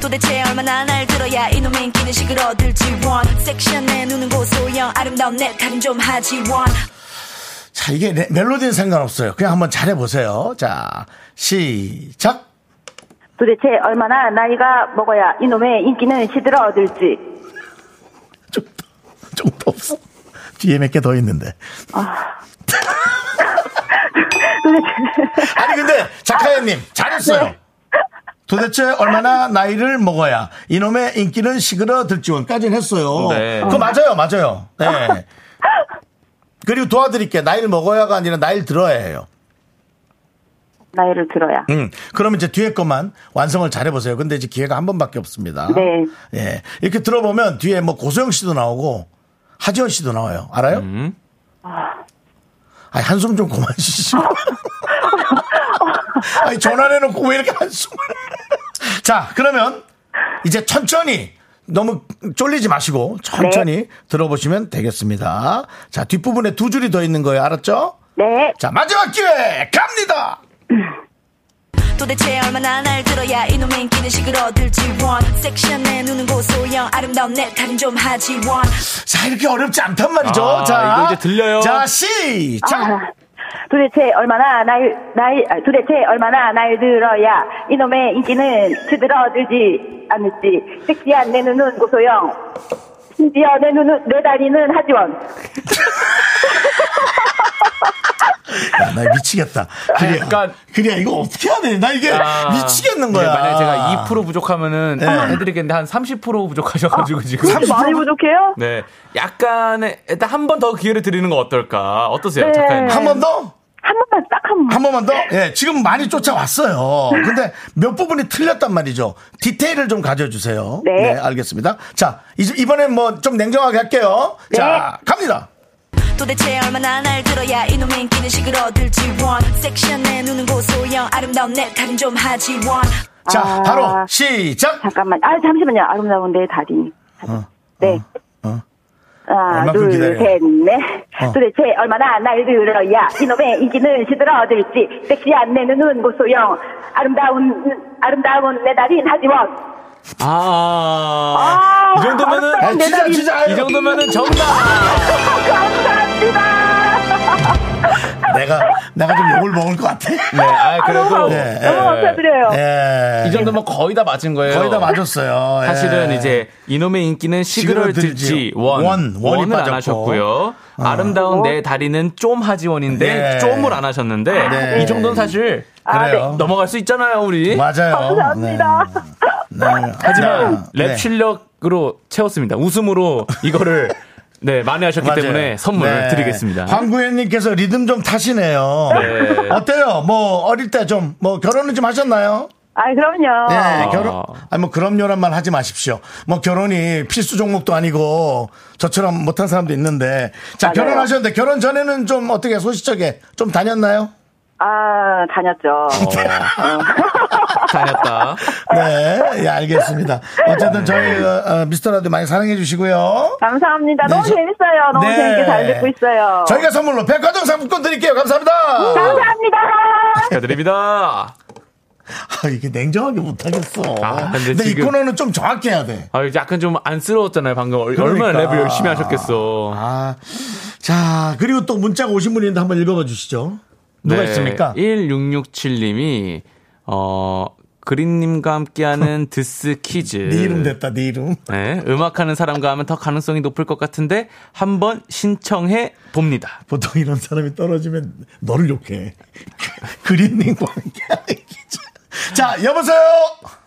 도대체 얼마나 날 들어야 이놈의 인기는 식을 얻을지 원 섹션에 누는 고소영 아름다운 내 탈은 좀 하지 원 자, 이게 네- 멜로디는 상관없어요. 그냥 한번 잘해보세요. 자, 시작. 도대체 얼마나 나이가 먹어야 이놈의 인기는 시들어 얻을지. 좀 더, 좀 더 없어. 뒤에 몇 개 더 있는데. 아니, 근데, 작가님, 잘했어요. 도대체 얼마나 나이를 먹어야 이놈의 인기는 시그러들지 원까지는 했어요. 네. 그거 맞아요, 맞아요. 네. 그리고 도와드릴게요. 나이를 먹어야가 아니라 나이를 들어야 해요. *laughs* 나이를 들어야. 음, 그러면 이제 뒤에 것만 완성을 잘 해보세요. 근데 이제 기회가 한 번밖에 없습니다. 네. 예. 이렇게 들어보면 뒤에 뭐 고소영 씨도 나오고 하지원 씨도 나와요. 알아요? 음. 아니, 한숨 좀 그만 쉬시고. 아니, 전화를 해놓고 왜 이렇게 한숨을. *laughs* 자, 그러면 이제 천천히 너무 쫄리지 마시고 천천히 들어보시면 되겠습니다. 자, 뒷부분에 두 줄이 더 있는 거예요. 알았죠? 네. 자, 마지막 기회 갑니다! 도대체 얼마나 날 들어야 이놈의 인기는 식을 얻을지 원 섹션에 누는 고소영 아름다운 내 탈은 좀 하지 원 자, 이렇게 어렵지 않단 말이죠. 아, 자, 이거 이제 들려요. 자, 시작! 아, 도대체 얼마나 나이 나이 아, 도대체 얼마나 나이 들어야 이놈의 인기는 시들어 얻을지 않을지. 섹시한 내 눈은 고소영. 심지어 내 눈은 내 다리는 하지원. 야, 아, 나 미치겠다. 그래, 약간- 그래, 이거 어떻게 해야 돼? 나 이게 아. 미치겠는 네, 거야. 만약에 제가 2% 부족하면은 네. 해드리겠는데 한 30% 부족하셔가지고 지금. 아, 그렇게 많이 부족해요? 네. 약간의, 일단 한 번 더 기회를 드리는 거 어떨까. 어떠세요, 네. 작가님? 한 번 더? 한 번만 딱 한 번. 한 번만 더? 예, 지금 많이 쫓아왔어요. 근데 몇 부분이 틀렸단 말이죠. 디테일을 좀 가져주세요. 네. 알겠습니다. 자, 이제 이번엔 뭐 좀 냉정하게 할게요. 네. 자, 갑니다. 도대체 얼마나 날 들어야 이놈의 인기는 식을 얻을지 원 섹션에 누는 고소영 아름다운 내 탈은 좀 하지 원 자, 아. 바로 시작! 잠깐만. 아 잠시만요. 아름다운 내 다리. 네. 어. 하나, 둘, 얼마큼 기다려요? 어. 셋, 넷. 도대체 얼마나 날 들어야 이놈의 인기는 시들어 얻을지. 섹시한 내 눈은 고소영. 아름다운, 아름다운 내 다리는 하지원. 아. 아, 이 정도면은 감사합니다. 아니, 진짜 대답이- 진짜 아유, 이 정도면은 정답. 내가 내가 좀 욕을 먹을 것 같아. 네, 아 그래도 네, 너무 감사드려요. 예. 이 정도면 거의 다 맞은 거예요. 거의 다 맞았어요. 예. 사실은 이제 이놈의 인기는 시그널 시그널 들지 들지. 원, 원, 원이 원을 안 빠졌고. 하셨고요. 아름다운 내 다리는 좀 하지원인데 네. 좀을 안 하셨는데 아, 네. 이 정도는 사실 네. 그래요. 넘어갈 수 있잖아요, 우리. 맞아요. 감사합니다. 네. 네. 하지만 네. 랩 실력으로 채웠습니다. 웃음으로 *laughs* 이거를 네 만회하셨기 맞아요. 때문에 선물을 네. 드리겠습니다. 황구현님께서 리듬 좀 타시네요. 네. 어때요? 뭐 어릴 때 좀 뭐 결혼은 좀 하셨나요? 아, 그럼요. 네, 결혼. 아니 뭐 그럼요란 말 하지 마십시오. 뭐 결혼이 필수 종목도 아니고 저처럼 못한 사람도 있는데 자 맞아요. 결혼하셨는데 결혼 전에는 좀 어떻게 소시적에 좀 다녔나요? 아, 다녔죠. 다녔다. 네, 예, 알겠습니다. 어쨌든 저희 어, 어, 미스터 라디오 많이 사랑해 주시고요. 감사합니다. 너무 네, 저- 재밌어요. 아, 너무 네. 재밌게 잘 듣고 있어요. 저희가 선물로 백화점 상품권 드릴게요. 감사합니다. 감사합니다. 축하드립니다. 아, 이게 냉정하게 못하겠어. 아, 근데 근데, 이 지금- 코너는 좀 정확해야 돼. 아, 약간 좀 안쓰러웠잖아요, 방금. 얼- 얼마나 그러니까. 랩을 열심히 하셨겠어. 아, 자, 그리고 또 문자가 오신 분인데 한번 읽어봐 주시죠. 누가 네. 있습니까? 예. 1667님이, 네. 어, 그린님과 함께하는 *laughs* 드스 퀴즈. 네 이름 됐다, 네 이름. 네, 음악하는 사람과 하면 더 가능성이 높을 것 같은데, 한번 신청해 봅니다. 보통 이런 사람이 떨어지면 너를 욕해. *laughs* 그린님과 함께하는 기자. 자, 여보세요?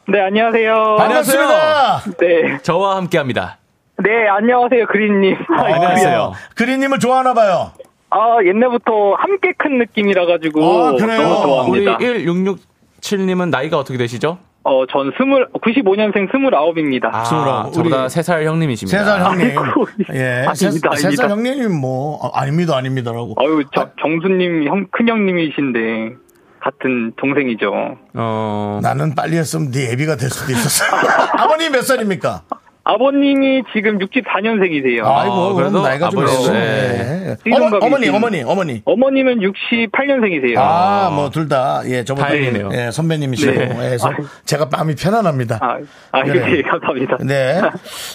네, 안녕하세요. 반갑습니다. 네. 저와 함께 합니다. 네, 아, 안녕하세요, 그린님. 안녕하세요. 어, 그린님을 좋아하나 봐요. 아, 옛날부터 함께 큰 느낌이라가지고. 아, 그래요? 너무 우리 좋아합니다. 1667님은 나이가 어떻게 되시죠? 어, 전 스물, 95년생 29입니다. 아, 스물아홉. 저보다 3살 형님이십니다. 세살 형님. 아이고, 예. 아닙니다, 아닙니다. 세살 형님, 뭐, 아, 아닙니다, 아닙니다라고. 아유, 저, 정수님, 형, 큰형님이신데, 같은 동생이죠. 어, 나는 빨리 했으면 네 애비가 될 수도 있었어. *laughs* 아버님 몇 살입니까? 아버님이 지금 64년생이세요. 아이고, 그래도 그래도 나이가 좀 아버지, 있으시네. 네. 예. 어머, 띠동갑이 어머니, 있으니. 어머니, 어머니. 어머님은 68년생이세요. 아, 뭐, 둘 다, 예, 저보다. 다행이네요. 예, 선배님이시고, 네. 예, 그래서 아유. 제가 마음이 편안합니다. 아, 아, 그래요. 예, 감사합니다. *laughs* 네. 네.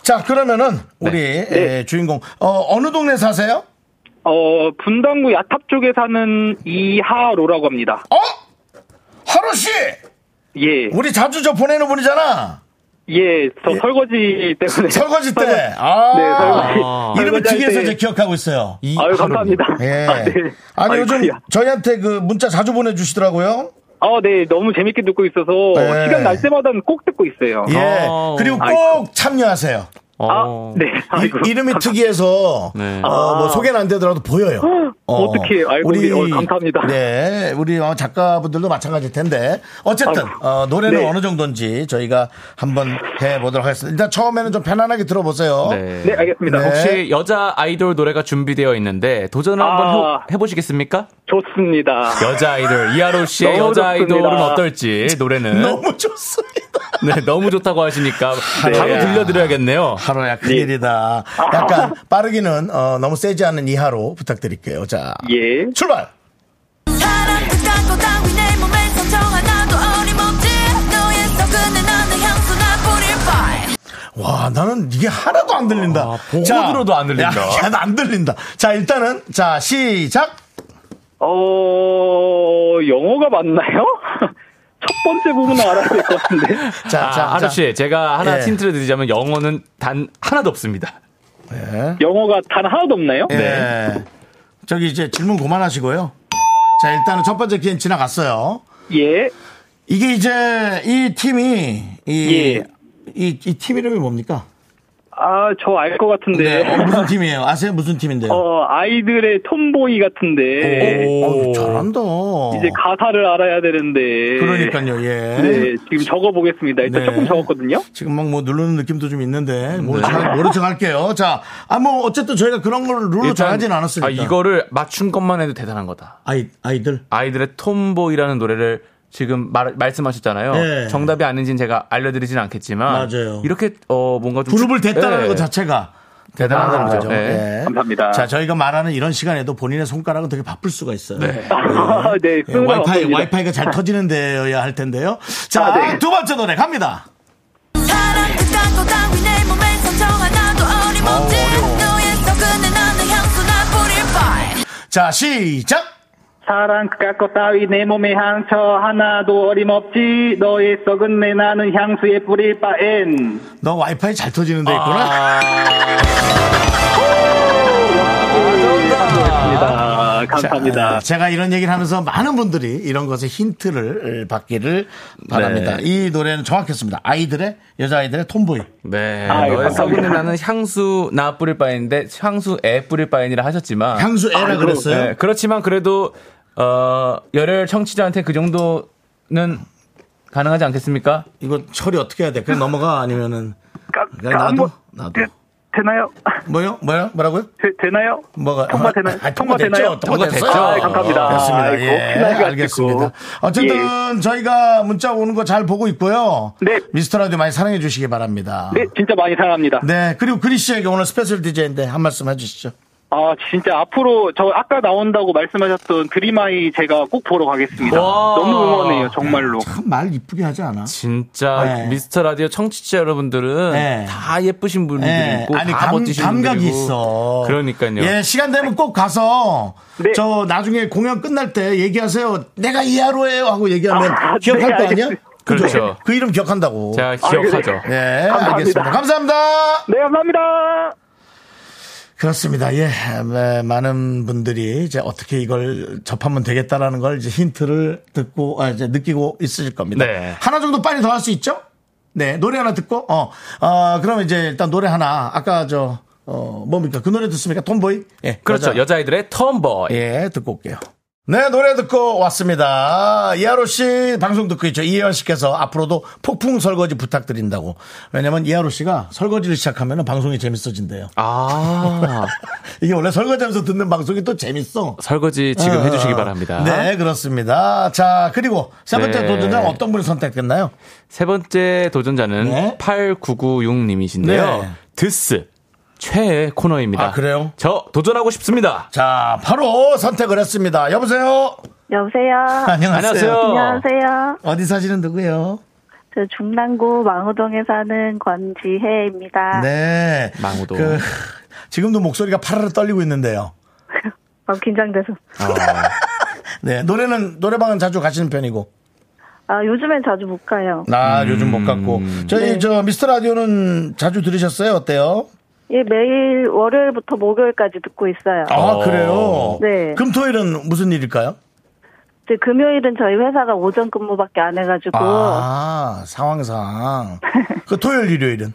자, 그러면은, 우리, 예, 주인공, 어, 어느 동네 사세요? 어, 분당구 야탑 쪽에 사는 이하로라고 합니다. 어? 하루씨! 예. 우리 자주 저 보내는 분이잖아? 예, 저 예. 설거지 *laughs* 때문에. 설거지 때. 네. 설거- 아. 네, 설거지. 아. 설거지 이름을 할 특이해서 때- 제가 기억하고 있어요. 이 아유, 하루는- 감사합니다. 예. 아, 네. 아니, 요즘 아이쿠야. 저희한테 그 문자 자주 보내주시더라고요. 아, 네. 너무 재밌게 듣고 있어서 네. 시간 날 때마다 꼭 듣고 있어요. 예. 어. 그리고 꼭 아이고. 참여하세요. 참여하세요. 어. 아, 네. 아이고. 이, 름이 *laughs* 특이해서 네. 어, 뭐 아. 소개는 안 *gasps* 되더라도 보여요. 어떡해. 아이고, 우리, 어, 감사합니다. 네, 우리 아마 작가분들도 마찬가지일 텐데 어쨌든 아이고. 어, 노래는 네. 어느 정도인지 저희가 한번 해보도록 하겠습니다. 일단 처음에는 좀 편안하게 들어보세요. 네. 네, 알겠습니다. 네. 혹시 여자 아이돌 노래가 준비되어 있는데 도전을 한번 아. 해, 보시겠습니까 좋습니다. 여자 아이돌 이하로 씨의 너무 여자 좋습니다. 아이돌은 어떨지 노래는 *laughs* *laughs* 너무 좋습니다. 네, 너무 좋다고 하시니까 바로 들려드려야겠네요. 하루야 큰일이다. *laughs* 약간 빠르기는 어, 너무 세지 않은 이하로 부탁드릴게요. 자, 예. 출발. 사랑 그딴 거 따위 내 몸엔 상처 하나도 어림없지 너의 썩은 나는 향수나 뿌릴 바에 와, 나는 이게 하나도 안 들린다. 아, 보고 들어도 안 들린다. 야, 야, 나안 들린다. 자, 일단은, 자, 시작. 어, 영어가 맞나요? *laughs* 첫 번째 부분은 알아야 될 것 같은데. 자, 자, 아, 하루 씨, 제가 하나 예. 어, 힌트를 드리자면 영어는 단 하나도 없습니다. 영어가 단 하나도 없나요? 예. 네. 저기 이제 질문 그만하시고요. 자, 일단은 첫 번째 기회는 지나갔어요. 예. 이게 이제 이 팀이, 이, 예. 이, 이 팀 이름이 뭡니까? 아, 저 알 것 같은데. 어, 무슨 팀이에요? 아세요? 무슨 팀인데요? 네. 어, 아이들의 톰보이 같은데. 어, 잘한다. 이제 가사를 알아야 되는데. 그러니까요, 예. 네, 지금 적어보겠습니다. 일단 네. 조금 적었거든요. 지금 막 뭐 누르는 느낌도 좀 있는데 모른 네. 척, 할- 모른 척 할게요. 자, 아 뭐 어쨌든 저희가 그런 걸 룰로 정하진 않았으니까. 아, 이거를 맞춘 것만 해도 대단한 거다. 아이 아이들 아이들의 톰보이라는 노래를 지금 말, 말씀하셨잖아요. 네. 정답이 아닌지는 제가 알려드리진 않겠지만 맞아요. 이렇게 어 뭔가 좀 그룹을 댔다라는 예. 것 자체가 대단하다는 대단하다는 거죠. 거죠. 예. 아. 감사합니다. 자, 저희가 말하는 이런 시간에도 본인의 손가락은 되게 바쁠 수가 *laughs* 있어요. 네, *laughs* 예, 쓰는 건 와이파이 없습니다. 와이파이가 잘 터지는 데여야 할 텐데요. 자, 아, 네. 두 번째 노래 갑니다. 사랑 어, 자, 시작! 사랑 깎고 따위 내 몸에 항처 하나도 어림없지 너의 썩은 내 나는 향수에 뿌릴 바엔 너 와이파이 잘 터지는 데 있구나. 아, 감사합니다. 아, 제가 이런 얘기를 하면서 많은 분들이 이런 것에 힌트를 받기를 바랍니다. 이 노래는 정확했습니다. 아이들의, 여자아이들의 톰보이. 네. 아, 너의 감사합니다. 썩이는 나는 향수 나 뿌릴 바인데 향수 애 뿌릴 바인이라 하셨지만 향수 애라 아이고. 네. 그랬어요? 그렇지만 그래도 어 열혈 청취자한테 그 정도는 가능하지 않겠습니까? 이거 처리 어떻게 해야 돼? 그냥 넘어가 아니면은 그냥 나도 나도 되나요? 뭐요? 뭐요? 뭐라고요? 되, 나요 뭐가 통과 되나요? 아, 통과 되나요? 통과됐죠? 통과됐죠? 통과됐죠? 아, 감사합니다. 됐습니다. 아이고, 예, 피나기가 알겠습니다. 됐고. 어쨌든 저희가 문자 오는 거 잘 보고 있고요. 네. 미스터 라디오 많이 사랑해 주시기 바랍니다. 네, 진짜 많이 사랑합니다. 네, 그리고 그리 씨에게 오늘 스페셜 DJ인데 한 말씀 해주시죠. 아, 진짜 앞으로 저 아까 나온다고 말씀하셨던 드림아이 제가 꼭 보러 가겠습니다. 와. 너무 응원해요, 정말로. 참 말 이쁘게 하지 않아? 진짜 네. 미스터 라디오 청취자 여러분들은 네. 다 예쁘신 분들이 네. 있고 아니 다 감, 멋지신 감각이 분들이고 있어. 그러니까요. 예, 시간 되면 꼭 가서 저 나중에 공연 끝날 때 얘기하세요. 내가 이하로예요 하고 얘기하면 아, 기억할 네, 거 아니야? 알겠습니다. 그죠? 그렇죠. 그 이름 기억한다고. 제가 기억하죠. 네, 알겠습니다. 감사합니다. 네, 감사합니다. 그렇습니다. 예, 네, 많은 분들이 이제 어떻게 이걸 접하면 되겠다라는 걸 이제 힌트를 듣고 아, 이제 느끼고 있으실 겁니다. 네. 하나 정도 빨리 더 할 수 있죠? 네, 노래 하나 듣고 어, 어 그러면 이제 일단 노래 하나 아까 저 어, 뭡니까? 그 노래 듣습니까? 톰보이? 예, 그렇죠. 여자. 여자아이들의 텀버이. 예, 듣고 올게요. 네, 노래 듣고 왔습니다. 이하로 씨 방송 듣고 있죠. 이혜원 씨께서 앞으로도 폭풍 설거지 부탁드린다고. 왜냐면 이하로 씨가 설거지를 시작하면 방송이 재밌어진대요. *laughs* 아 이게 원래 설거지하면서 듣는 방송이 또 재밌어. 설거지 지금 어, 해주시기 어. 바랍니다. 네, 그렇습니다. 자, 그리고 세 번째 네. 도전자 어떤 분이 선택됐나요? 세 번째 도전자는 네. 8996님이신데요. 네. 드스 최애 코너입니다. 아, 그래요? 저 도전하고 싶습니다. 자, 바로 선택을 했습니다. 여보세요? 여보세요. 안녕하세요. 안녕하세요. 안녕하세요. 어디 사시는 누구예요? 저 중랑구 망우동에 사는 권지혜입니다. 네. 망우동. 그, 지금도 목소리가 파르르 떨리고 있는데요. 어, 긴장돼서. 네, 노래는 노래방은 자주 가시는 편이고. 아, 요즘엔 자주 못 가요. 네. 나 요즘 못 갔고. 음. 저희 저 미스터 라디오는 자주 들으셨어요? 어때요? 예, 매일 월요일부터 목요일까지 듣고 있어요. 아, 어. 그래요? 네. 금, 토, 일은 무슨 일일까요? 이제 금요일은 저희 회사가 오전 근무밖에 안 해가지고 아, 상황상. 그 토요일, 일요일은?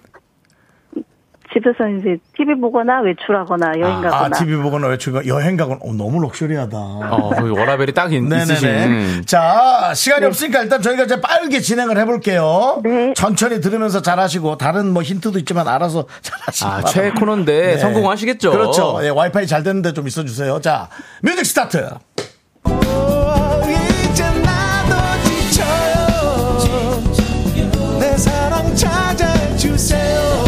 집에서 이제 TV 보거나 외출하거나 여행 아, 가거나. TV 보거나 외출가, 여행 가거나. 어, 너무 럭셔리하다. 어, 거기 워라벨이 딱 있, 네네네. 음. 있으신. 자, 시간이 없으니까 일단 저희가 이제 빠르게 진행을 해볼게요. 네. 천천히 들으면서 잘하시고, 다른 뭐 힌트도 있지만 알아서 *laughs* 잘하시고. 아, 최애 코너인데 성공하시겠죠? 네. 그렇죠. 예, 와이파이 잘 되는데 좀 있어주세요. 자, 뮤직 스타트. 이제 나도 지쳐요 내 사랑 찾아주세요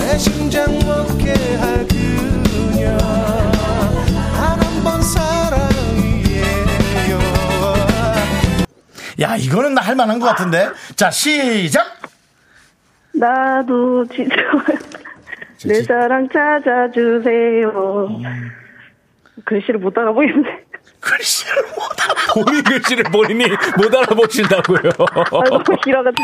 내 심장 먹게 할 그녀 단한번 사랑이에요 야, 이거는 나 할 만한 것 같은데. 자, 시작! 나도 지쳐. 내 사랑 찾아주세요. 글씨를 못 알아보겠네. 글씨를 못 알아. 본인 글씨를 본인이 못 알아보신다고요. 아, 너무 길어가지고.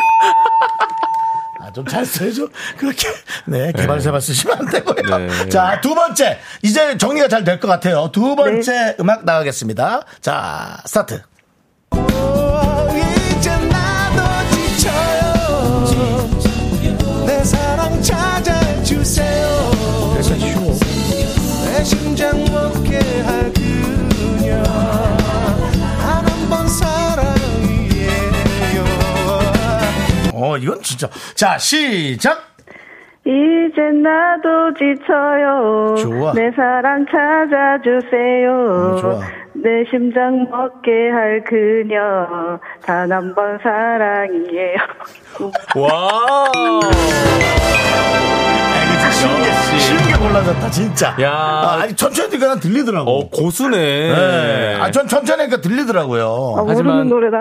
아, 좀 잘 써야죠. 그렇게. 네, 개발세발 쓰시면 안 되고요. 네. 자, 두 번째. 이제 정리가 잘 될 것 같아요. 네. 두 번째 음악 나가겠습니다. 자, 스타트. 이제 나도 지쳐요 내 사랑 찾아주세요 네. 내 심장 먹게 할 그녀 단한번 사랑이에요 어, 이건 진짜. 자, 시작! 이제 나도 지쳐요. 좋아. 내 사랑 찾아주세요. 음, 좋아. 내 심장 먹게 할 그녀. 단 한 번 사랑이에요. 와. 아, 이게 쉬운 게, 쉬운 게 골라졌다, 진짜. 야. 아, 니 천천히 하니까 난 들리더라고. 어, 고수네. 네. 아, 전 천천히 하니까 들리더라고요. 아, 하지만- 모르는 노래다.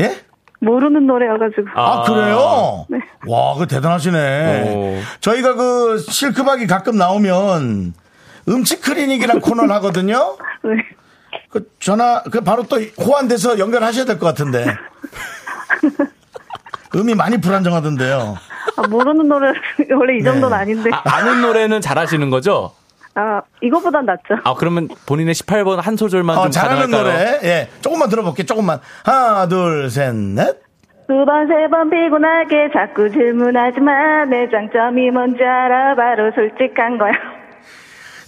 예? 모르는 노래여가지고. 아, 그래요? 네. 와, 그 대단하시네. 오. 저희가 그 실크박이 가끔 나오면 음치 클리닉이란 코너를 *laughs* 하거든요. 네. 그 전화 그 바로 또 호환돼서 연결하셔야 될 것 *laughs* 같은데. 음이 많이 불안정하던데요. 아, 모르는 노래 *laughs* 원래 이 정도는 네. 아닌데. 아, 아는 노래는 잘하시는 거죠? 아, 이거보단 낫죠. 아 그러면 본인의 18번 한 소절만 어, 아, 좀 잘하는 가능할까요? 노래. 예. 조금만 들어볼게요. 조금만. 하나, 둘, 셋, 넷. 두 번, 세 번 피곤하게 자꾸 질문하지 마. 내 장점이 뭔지 알아. 바로 솔직한 거야. *laughs*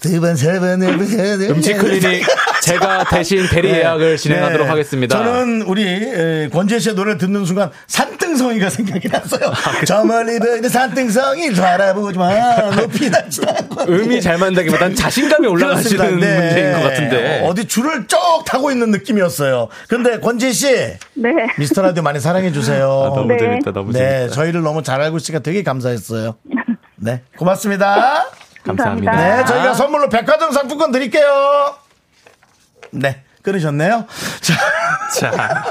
두 번, 세 번, 네 번, 네 번. 음치 *laughs* 클리닉 제가 대신 대리 예약을 진행하도록 네. 하겠습니다. 저는 우리 에, 권지혜 씨의 노래를 듣는 순간 산등성이가 *laughs* 생각이 났어요. 아, 그 저 멀리 보이는 산등성이 바라보지 마. 높이 날지 않고. *laughs* 음이 잘 맞는다기보단 자신감이 그렇습니다. 올라가시는 네. 문제인 것 같은데. 어디 줄을 쭉 타고 있는 느낌이었어요. 근데 권지혜 씨. 네. 미스터 라디오 많이 사랑해 주세요. 너무 네. 재밌다, 너무 네, 재밌다. 저희를 너무 잘 알고 있으니까 되게 감사했어요. 네, 고맙습니다. 감사합니다. 네, 저희가 선물로 백화점 상품권 드릴게요. 네, 끊으셨네요. 자, 자,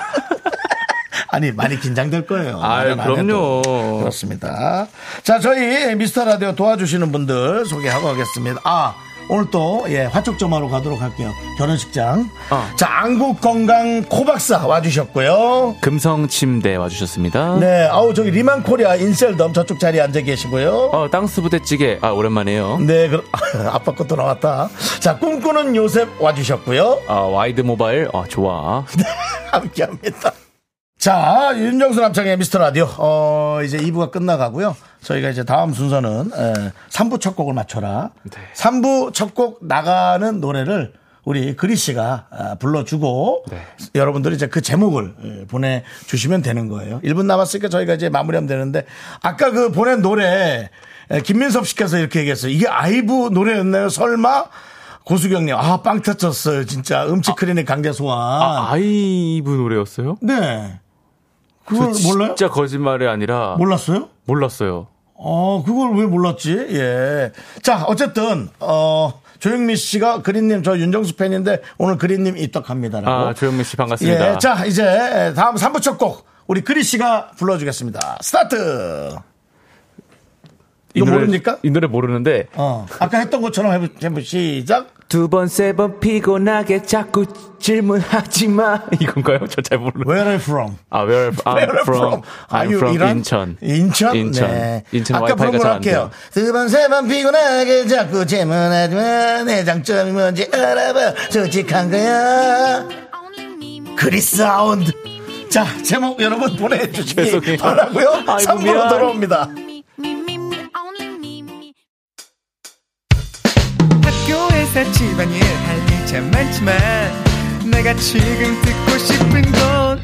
아니 많이 긴장될 *laughs* 거예요. 아유, 말을 안 그럼요. 해도. 그렇습니다. 자, 저희 미스터 라디오 도와주시는 분들 소개하고 가겠습니다. 아, 오늘 또 예, 화촉점화로 가도록 할게요. 결혼식장. 어. 자, 안국 건강 코박사 와주셨고요. 금성 침대 와주셨습니다. 네, 아우 저기 리만 코리아 인셀덤 저쪽 자리에 앉아 계시고요. 어, 땅스 부대찌개. 아, 오랜만이에요. 네, 그, *laughs* 아빠 것도 나왔다. 자, 꿈꾸는 요셉 와주셨고요. 아, 와이드 모바일. 아, 좋아. 네. *laughs* 함께합니다. 자, 윤정수 남창의 미스터 라디오. 어, 이제 2부가 끝나가고요. 저희가 이제 다음 순서는 에, 3부 첫 곡을 맞춰라. 3부 첫 곡 나가는 노래를 우리 그리 씨가 아, 불러주고 여러분들이 이제 그 제목을 에, 보내주시면 되는 거예요. 1분 남았으니까 저희가 이제 마무리하면 되는데 아까 그 보낸 노래 에, 김민섭 씨께서 이렇게 얘기했어요. 이게 아이브 노래였나요? 설마? 고수경님, 아, 빵 터졌어요, 진짜. 음치 크리닉 강제 소환. 아, 아이브 노래였어요? 네. 저 그걸 몰라요? 진짜 거짓말이 아니라 몰랐어요? 몰랐어요. 어, 그걸 왜 몰랐지? 예. 자, 어쨌든, 어, 조영미 씨가 그린님, 저 윤정수 팬인데 오늘 그린님 입덕합니다라고. 아, 조영민 씨 반갑습니다. 예. 자, 이제 다음 3부 첫 곡, 우리 그리 씨가 불러주겠습니다. 스타트! 이거 모릅니까? 이 노래 모르는데 어, 아까 했던 것처럼 해보, 해보 시작. 두 번 세 번 피곤하게 자꾸 질문하지 마 *laughs* 이건가요? 저 잘 모르는. Where are you from? 아, where I'm Where from? Are I'm you from 이란? 인천. 인천? 인천. 네. 인천 아까 와이파이가 부른 잘 걸 안 할게요. 돼요. 두 번, 세 번 피곤하게 자꾸 질문하지만 내 장점이 뭔지 알아봐. 솔직한 거야. 그리스 사운드. 자, 제목 여러분 보내주시기 죄송해요. 바라고요 아이고, 3부로 미안. 돌아옵니다. 학교에서 집안일 할 일 참 많지만 내가 지금 듣고 싶은 건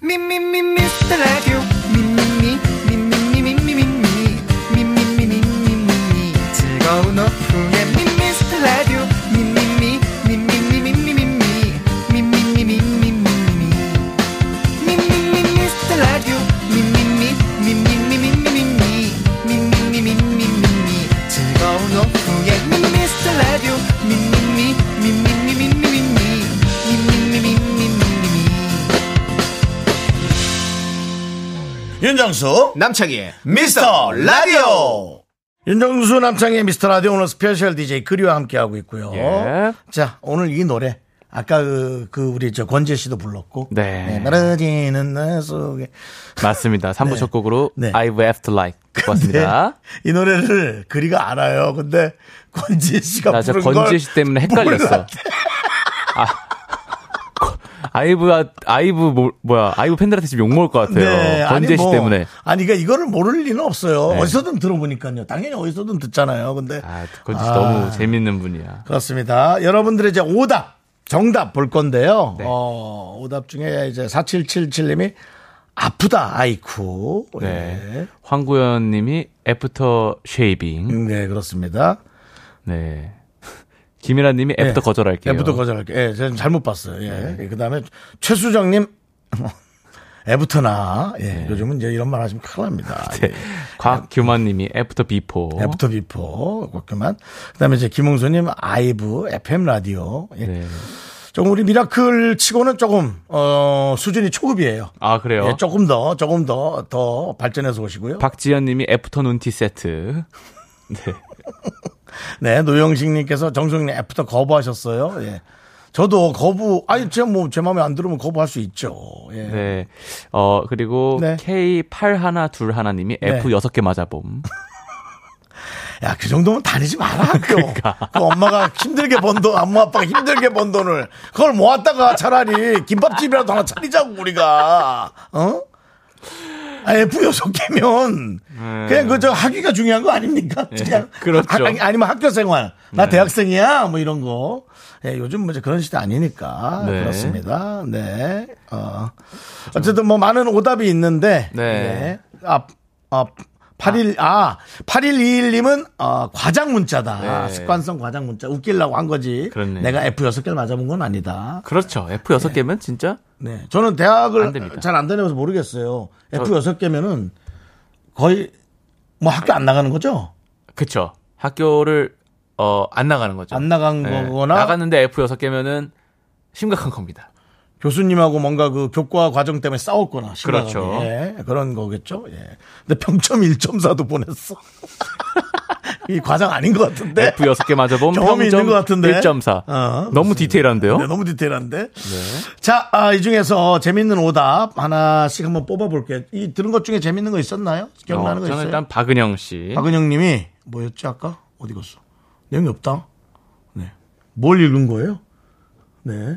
미미미 미스터 라디오 미미미 미미미 미미미 미미미 미미미 즐거운 오후에 미스터 라디오 미미미 미미미 미미미 미미미 미미미 미미미 미스터 라디오 미미미 미미미 미미미 미미미 미미미 즐거운 오후에 미스터 라디오 미미미 미미미 미미미 미미미 미미미 윤정수 남창희의 미스터 라디오 윤정수 남창의 미스터 라디오 오늘 스페셜 DJ 그리와 함께하고 있고요 예. 자 오늘 이 노래 아까 그, 그 우리 저 권재 씨도 불렀고 네. 멀어지는 나 속에 맞습니다. 3부 네. 첫 곡으로 네. I've After Like 듣고 네. 왔습니다. 이 노래를 그리가 알아요 근데 권재 씨가 나 아, 저 부른 권재 걸 씨 때문에 헷갈렸어. 몰랐대. 아이브 아이브 뭐, 뭐야 아이브 팬들한테 지금 욕 먹을 것 네, 같아요. 네, 아니 권재 씨 뭐, 때문에. 아니 그러니까 이거를 모를 리는 없어요 네. 어디서든 들어보니까요 당연히 어디서든 듣잖아요 근데 아, 권재 씨 아. 너무 재밌는 분이야. 그렇습니다. 여러분들의 이제 오답, 정답 볼 건데요. 네. 어, 오답 중에 이제 4777님이 아프다, 아이쿠. 네. 황구현 님이 애프터 쉐이빙. 네. 네, 그렇습니다. 네. *laughs* 김일아 님이 예. 애프터 네. 거절할게요. 네. 애부터 거절할게요. 예, 저는 잘못 봤어요. 예. 그 다음에 최수정님. *laughs* 애부터나. 예. 네. 요즘은 이제 이런 말 하시면 큰일 *laughs* 납니다. 예. 곽규만 님이 애프터 비포. 애프터 비포, 그렇게만. 그 다음에 이제 김홍수님, 아이브, FM 라디오. 예. 네. 조금 우리 미라클 치고는 조금, 어, 수준이 초급이에요. 아, 그래요. 예, 조금 더, 조금 더, 더 발전해서 오시고요. 박지현 님이 애프터 눈티 세트. 네. 네, 노영식님께서 정성님 애프터 거부하셨어요. 예. 저도 거부, 아니, 제가 뭐, 제 마음에 안 들으면 거부할 수 있죠. 예. 네. 어, 그리고 네. K8121님이 네. F 여섯 개 맞아봄. 야, 그 정도면 다니지 *laughs* 마라, 학교. 그러니까. 그 엄마가 힘들게 번 돈, 엄마 아빠가 힘들게 번 돈을. 그걸 모았다가 차라리 김밥집이라도 하나 차리자고, 우리가. 어? 아, F 여섯 개면 그냥 그저 학위가 중요한 거 아닙니까? 네. 예, 그냥 그렇죠. 아, 니면 학교 생활. 나 네. 대학생이야. 뭐 이런 거. 예, 요즘 뭐 이제 그런 시대 아니니까 네. 그렇습니다. 네. 어. 어쨌든 뭐 많은 오답이 있는데 네. 네. 아, 아 8일 아 8121님은 어, 과장 문자다. 네. 습관성 과장 문자. 웃기려고 한 거지. 그렇네요. 내가 F 여섯 개를 맞아본 건 아니다. *laughs* 그렇죠. F 여섯 개면 진짜 네. 저는 대학을 잘 안 다녀서 모르겠어요. F 여섯 개면은 거의 뭐 학교 안 나가는 거죠? 그렇죠. 학교를 어, 안 나가는 거죠. 안 나간 네. 거거나 나갔는데 F 여섯 개면은 심각한 겁니다. 교수님하고 뭔가 그 교과 과정 때문에 싸웠거나 심각하게. 그렇죠. 예, 그런 거겠죠. 예. 근데 평점 1.4도 보냈어. *laughs* 이 과장 아닌 것 같은데. F 여섯 개 맞아봄. *laughs* 경험이 있는 것 같은데. 1.4. 어, 너무 디테일한데요. 네, 너무 디테일한데. 자, 아, 이 중에서 재밌는 오답 하나씩 한번 뽑아볼게요. 이 들은 것 중에 재밌는 거 있었나요? 기억나는 어, 거 저는 있어요? 일단 박은영 씨. 박은영님이 뭐였지 아까 어디 갔어? 내용이 없다. 네. 뭘 읽은 거예요? 네.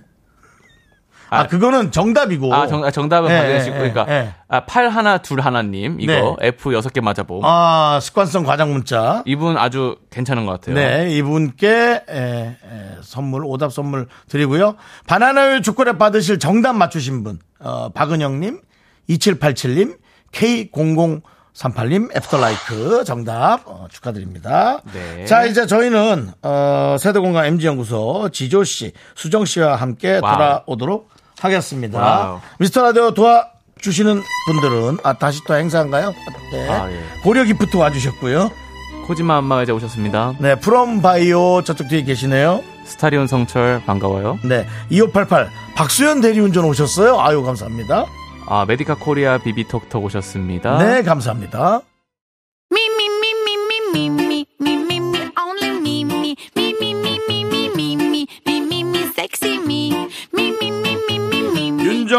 아, 아, 그거는 정답이고. 아, 정, 아, 정답은 예, 박은영 씨. 예, 그러니까 예. 아, 팔 하나 둘 하나님 이거 F 여섯 개 맞아봄. 네. 아 습관성 과장 문자. 이분 아주 괜찮은 것 같아요. 네, 이분께 에, 에, 선물 오답 선물 드리고요. 바나나우유 초콜릿 받으실 정답 맞추신 분 어, 박은영님, 2787님, K0038님, 애프터라이크 정답 어, 축하드립니다. 네. 자 이제 저희는 어, 세대공감 MG연구소 지조 씨, 수정 씨와 함께 와우. 돌아오도록 하겠습니다. 와우. 미스터 라디오 도와 주시는 분들은 아 다시 또 행사인가요? 네. 아, 예. 고려 기프트 와주셨고요. 코지마 안마가 이제 오셨습니다. 네, 프롬바이오 저쪽 뒤에 계시네요. 스타리온 성철 반가워요. 네, 2588 박수현 대리운전 오셨어요. 아유 감사합니다. 아 메디카 코리아 비비톡톡 오셨습니다. 네, 감사합니다. Me, me, me, me, me, me, me, me, me, me, only me, me, me, me, me, me, me, me, me, me, me, me, sexy me, me, me, me, me, me, me, me.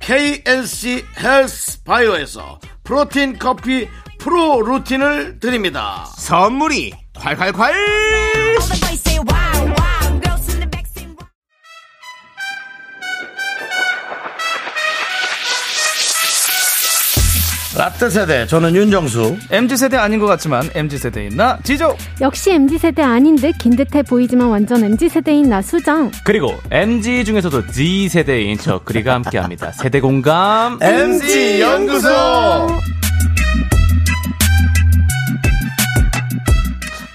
KNC 헬스 바이오에서 프로틴 커피 프로 루틴을 드립니다. 선물이 콸콸콸! All the boys say wow, wow. Girls in the back say wow. 라떼 세대 저는 윤정수 MZ세대 아닌 것 같지만 MZ세대인 나 지조 역시 MZ세대 아닌 듯 긴 듯해 보이지만 완전 MZ세대인 나 수정. 그리고 MG 중에서도 Z 세대인 척 그리가 함께합니다. 세대 공감 MG 연구소.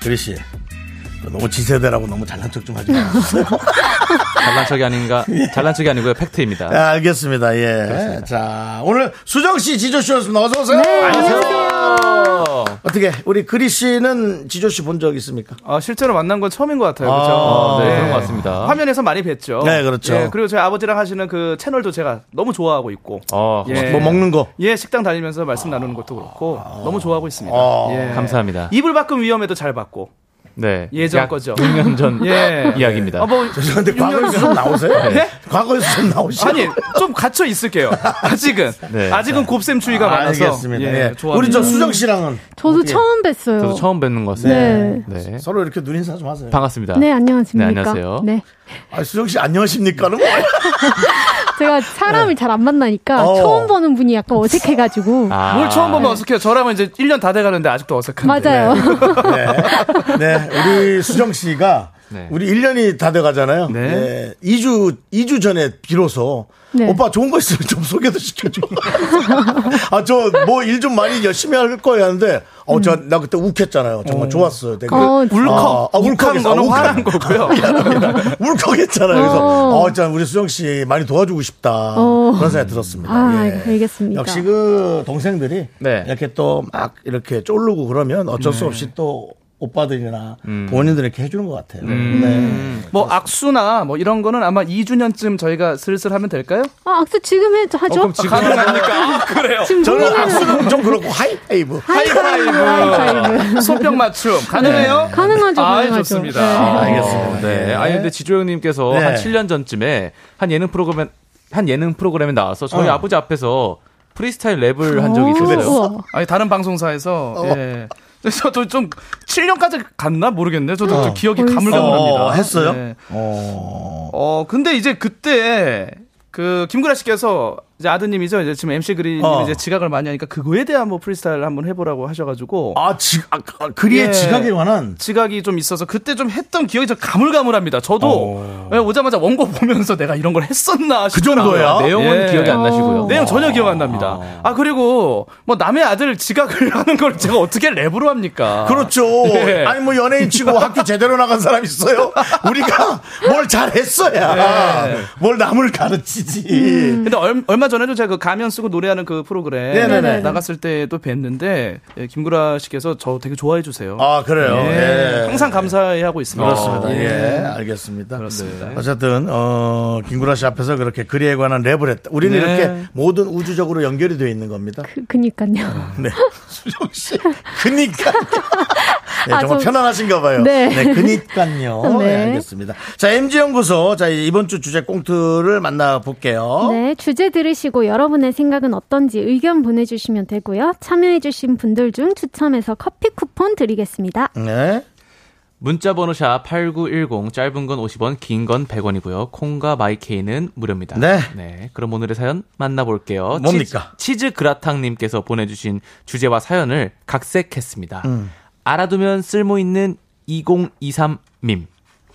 그리 씨 너무 지세대라고 너무 잘난 척 좀 하지 *laughs* 마세요. 잘난 척이 아닌가? 잘난 척이 아니고요 팩트입니다. 아, 알겠습니다. 네, 예. 자 오늘 수정 씨, 지조 씨였습니다. 어서 오세요. 안녕하세요. 네, 어떻게 우리 그리 씨는 지조 씨 본 적 있습니까? 어, 실제로 만난 건 처음인 것 같아요. 그죠? 아, 네, 그런 것 같습니다. 어. 화면에서 많이 뵀죠. 네, 그렇죠. 예, 그리고 저희 아버지랑 하시는 그 채널도 제가 너무 좋아하고 있고. 어, 예. 뭐 먹는 거? 예, 식당 다니면서 말씀 나누는 것도 그렇고 너무 좋아하고 있습니다. 예. 감사합니다. 이불 밖은 위험에도 잘 받고. 네. 예전 약 거죠. 6년 전 예. 이야기입니다. 아, 뭐 죄송한데 과거에서 육년- 좀 나오세요? 네? 과거에서 좀 나오시죠. 아니, 좀 갇혀 있을게요. 아직은. 네. 아직은 곱셈 추위가 아, 많아서. 알겠습니다. 예, 예. 좋아합니다. 우리 저 수정 씨랑은 저도 처음 뵀어요. 저도 처음 뵙는 것 네. 같습니다. 네. 서로 이렇게 눈 인사 좀 하세요. 반갑습니다. 네, 안녕하십니까. 네, 안녕하세요. 네. 아, 수정 씨 안녕하십니까는 뭐예요? 제가 네. 사람을 잘 안 만나니까 어. 처음 보는 분이 약간 어색해가지고. 아. 뭘 처음 보면 어색해요. 저라면 이제 1년 다 돼가는데 아직도 어색한데. 맞아요. 네, 우리 네. 수정 씨가 네. 우리 1년이 다 돼가잖아요. 네. 네. 2주, 2주 전에 비로소 네. 오빠 좋은 거 있으면 좀 소개도 시켜줘. *laughs* 아, 저 뭐 일 좀 많이 열심히 할 거야 하는데 어, 저, 나 그때 욱했잖아요. 정말 좋았어요. 되게. 어, 그 진짜. 아, 아, 욱한 욱한 거는 화난 거고요. 욱하겠잖아요. 그래서 어. 어, 참 우리 수정 씨 많이 도와주고 싶다. 어. 그런 생각이 들었습니다. 아, 예. 알겠습니다. 역시 그 동생들이 이렇게 또 막 이렇게 쫄르고 그러면 어쩔 수 네. 없이 또 오빠들이나 음. 부모님들에게 해주는 것 같아요. 네. 음. 뭐 악수나 뭐 이런 거는 아마 2주년쯤 저희가 슬슬 하면 될까요? 아, 아, 악수 지금 해, 하죠. 어, 아, 그래요. 지금 저는 고민을- 악수는 좀 그렇고 하이파이브. 음. 하이파이브. 하이파이브. 네. 손뼉 맞춤 가능해요? 가능하죠, 아, 가능하죠. 좋습니다. 네. 아, 알겠습니다. 네. 네. 아니 근데 지조영님께서 네. 한 7년 전쯤에 한 예능 프로그램 한 예능 프로그램에 나와서 저희 어. 아버지 앞에서 프리스타일 랩을 한 적이 있었어요. 아니 다른 방송사에서 어. 예. 저도 좀 7년까지 갔나 모르겠네요. 저도 어. 좀 기억이 벌써. 가물가물합니다. 어, 했어요? 네. 어, 근데 이제 그때 그 김구라 씨께서 이제 아드님이죠. 이제 지금 MC 그린 어. 이 이제 지각을 많이 하니까 그거에 대한 뭐 프리스타일을 한번 해보라고 하셔가지고 아, 지, 아, 예. 그리의 지각에 관한 지각이 좀 있어서 그때 좀 했던 기억이 좀 가물가물합니다. 저도 어. 예, 오자마자 원고 보면서 내가 이런 걸 했었나 그 정도예요? 내용은 기억이 안 어. 나시고요. 내용 전혀 기억 안 납니다. 아 그리고 뭐 남의 아들 지각을 *laughs* 하는 걸 제가 어떻게 랩으로 합니까? 그렇죠. 예. 아니 뭐 연예인 치고 학교 제대로 나간 사람 있어요. 우리가 뭘 잘했어야 네. 뭘 남을 가르치지. 근데 얼, 마 전에도 제가 그 가면 쓰고 노래하는 그 프로그램 네네네. 나갔을 때도 뵀는데 예, 김구라 씨께서 저 되게 좋아해 주세요. 아 그래요. 예. 예. 항상 감사해하고 있습니다. 그렇습니다. 아, 예, 예. 알겠습니다. 그렇습니다. 어쨌든 어, 김구라 씨 앞에서 그렇게 그리에 관한 랩을 했다. 우리는 네. 이렇게 모든 우주적으로 연결이 되어 있는 겁니다. 그니까요. 네. *laughs* 수정 씨. 그니까. 네, 아, 좀- 정말 편안하신가 봐요. 네. 그니까요. 네. 네. 알겠습니다. 자, MG연구소. 자, 이번 주 주제 꽁트를 어? 만나볼게요. 네, 주제 들으시고 여러분의 생각은 어떤지 의견 보내주시면 되고요. 참여해주신 분들 중 추첨해서 *laughs* 커피 쿠폰 드리겠습니다. 네. 문자 번호 샵 8910 짧은 건 50원, 긴 건 100원이고요. 콩과 마이케이는 무료입니다. 네. 그럼 오늘의 사연 만나 볼게요. 뭡니까? 치즈, 치즈 그라탕 님께서 보내 주신 주제와 사연을 각색했습니다. 음. 알아두면 쓸모 있는 2023 밈.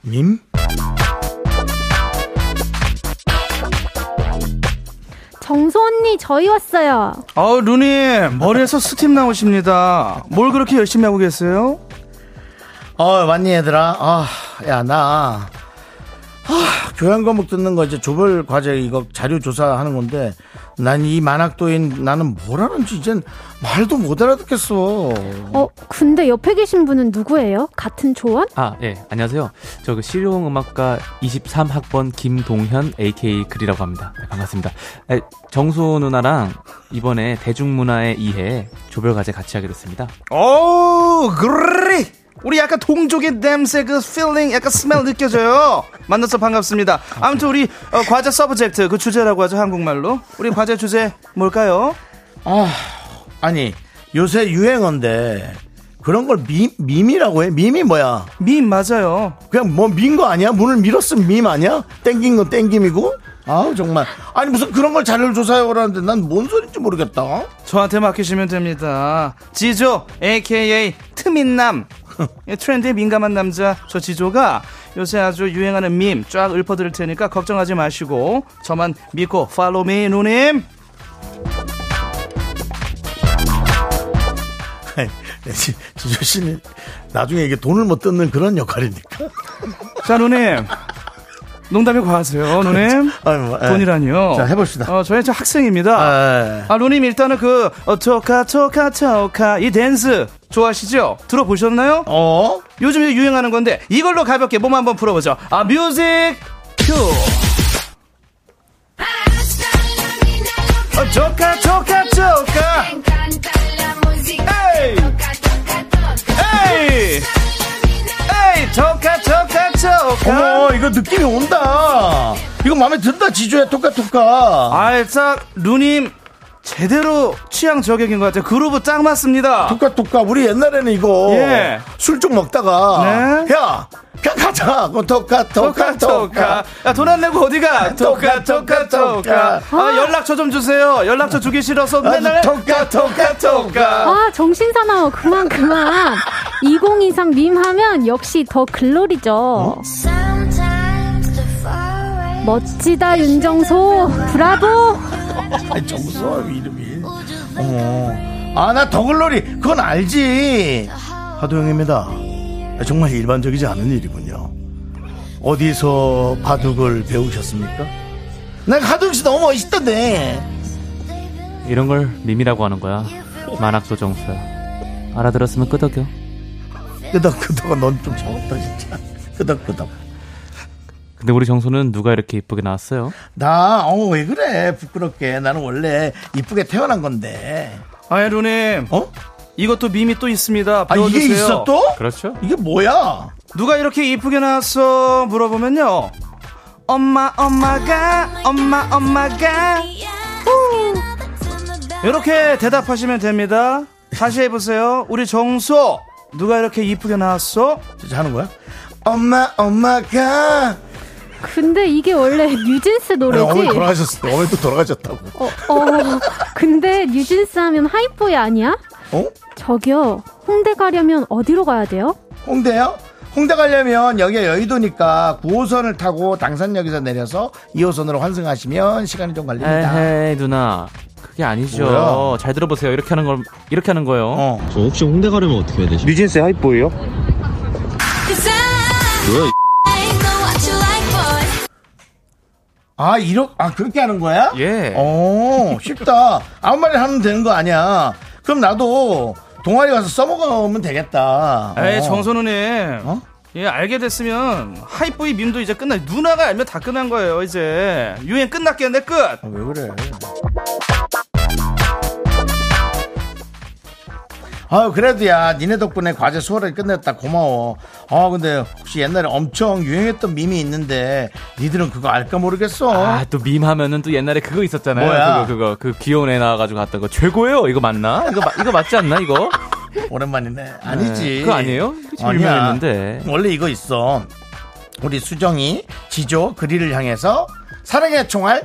밈? 정소 언니, 저희 왔어요. 아우 루님 머리에서 스팀 나오십니다. 뭘 그렇게 열심히 하고 계세요? 어, 왔니, 얘들아? 아, 야, 나. 아, 교양 과목 듣는 거 이제 조별 과제 이거 자료 조사하는 건데 난 이 만학도인 나는 뭘 하는지 이젠 말도 못 알아듣겠어. 어, 근데 옆에 계신 분은 누구예요? 같은 조원? 아, 예. 안녕하세요. 저 그 실용 음악과 23학번 김동현 AKA 글이라고 합니다. 네, 반갑습니다. 에, 정수 누나랑 이번에 대중문화의 이해 조별 과제 같이 하게 됐습니다. 오 그리 우리 약간 동족의 냄새 그 필링 약간 스멜 느껴져요 만나서 반갑습니다 아무튼 우리 어, 과제 서브젝트 그 주제라고 하죠 한국말로 우리 과제 주제 뭘까요? 아, 아니 요새 유행어인데 그런 걸 밈, 밈이라고 해? 밈이 뭐야? 밈 맞아요. 그냥 뭐 민 거 아니야? 문을 밀었으면 밈 아니야? 땡긴 건 땡김이고? 아우 정말 아니 무슨 그런 걸 자료를 조사해오라는데 난 뭔 소린지 모르겠다. 저한테 맡기시면 됩니다 지조 aka 트민남 예, 트렌드에 민감한 남자 저 지조가 요새 아주 유행하는 밈 쫙 읊어드릴 테니까 걱정하지 마시고 저만 믿고 팔로미 누님 지- 지조 씨는 나중에 이게 돈을 못 뜯는 그런 역할이니까. 자 누님 농담이 과하세요 누님 아이고, 예. 돈이라니요 자, 해봅시다. 어, 저희 저 학생입니다 아, 누님 일단은 그 어, 토카 토카 토카 이 댄스 좋아하시죠? 들어보셨나요? 어? 요즘 유행하는 건데 이걸로 가볍게 몸 한번 풀어보죠 아 뮤직 큐 어, 토카 토카 토카 에이 에이 에이 토카 토카 토카 어머 이거 느낌이 아. 온다. 이거 마음에 든다 지조야 토카토카. 알짝 누님 제대로 취향 저격인 것 같아요. 그루브 짱 맞습니다. 뚜까뚜까. 우리 옛날에는 이거 예. 술 좀 먹다가 야, 그냥 가자. 그럼 토카 토카 토카. 야돈 안 내고 어디가? 토카 토카, 토카, 토카 토카. 아, 토카. 아 연락처 좀 주세요. 연락처 주기 싫어서 맨날 토카 토카 토카. 아, 정신 사나워. 그만, 그만. 2023 밈하면 역시 더 어? 글로리죠. 멋지다, 윤정소. 브라보. 아, 정수아 이름이. 어머. 아, 나 더글로리. 그건 알지. 하도영입니다. 아, 정말 일반적이지 않은 일이군요. 어디서 바둑을 배우셨습니까? 난 하도영 씨 너무 멋있던데. 이런 걸 밈이라고 하는 거야. 만학도 정수야. 알아들었으면 끄덕여. 끄덕끄덕 넌좀 적었다, 진짜. 끄덕끄덕. 근데 우리 정수는 누가 이렇게 이쁘게 나왔어요? 나, 어, 왜 그래. 부끄럽게. 나는 원래 이쁘게 태어난 건데. 아예 루님. 어? 이것도 밈이 또 있습니다. 아, 이게 배워주세요. 있어 또? 그렇죠. 이게 뭐야? 누가 이렇게 이쁘게 나왔어 물어보면요. 엄마 엄마가 엄마 엄마가 이렇게 대답하시면 됩니다. 다시 해보세요. 우리 정수 누가 이렇게 이쁘게 나왔어? 진짜 하는 거야? 엄마 엄마가 근데 이게 원래 뉴진스 아니, 노래지. 어머니 네, 돌아가셨어. 어머니 또 돌아가셨다고. 어, 어, 근데 뉴진스 하면 하이보이 아니야? 어? 저기요. 홍대 가려면 어디로 가야 돼요? 홍대요? 홍대 가려면 여기가 여의도니까 9호선을 타고 당산역에서 내려서 2호선으로 환승하시면 시간이 좀 걸립니다. 에헤이 누나 그게 아니죠. 뭐야? 어? 잘 들어보세요. 이렇게 하는 걸 이렇게 하는 거예요. 저 혹시 홍대 가려면 어떻게 해야 되죠? 뮤진스 하이보이요? 뭐야? 아, 이렇게 아 그렇게 하는 거야? 예. 어, 쉽다. 아무 말이나 하면 되는 거 아니야. 그럼 나도 동아리 가서 써먹으면 되겠다. 에이 어. 정선우님. 예 알게 됐으면 하이보이 밈도 이제 끝나 누나가 알면 다 끝난 거예요 이제 유행 끝났겠네 끝. 왜 그래? 아 그래도 야 니네 덕분에 과제 수월하게 끝냈다 고마워 아 근데 혹시 옛날에 엄청 유행했던 밈이 있는데 니들은 그거 알까 모르겠어 아 또 밈 하면은 또 옛날에 그거 있었잖아요. 뭐야? 그거 그거 그 귀여운 애 나와가지고 갔던 거 최고예요. 이거 맞나? 이거 마- 이거 맞지 않나 이거? 오랜만이네 아니지 네, 그거 아니에요? 지금 아니야. 유명했는데. 원래 이거 있어 우리 수정이 지조 그리를 향해서 사랑의 총알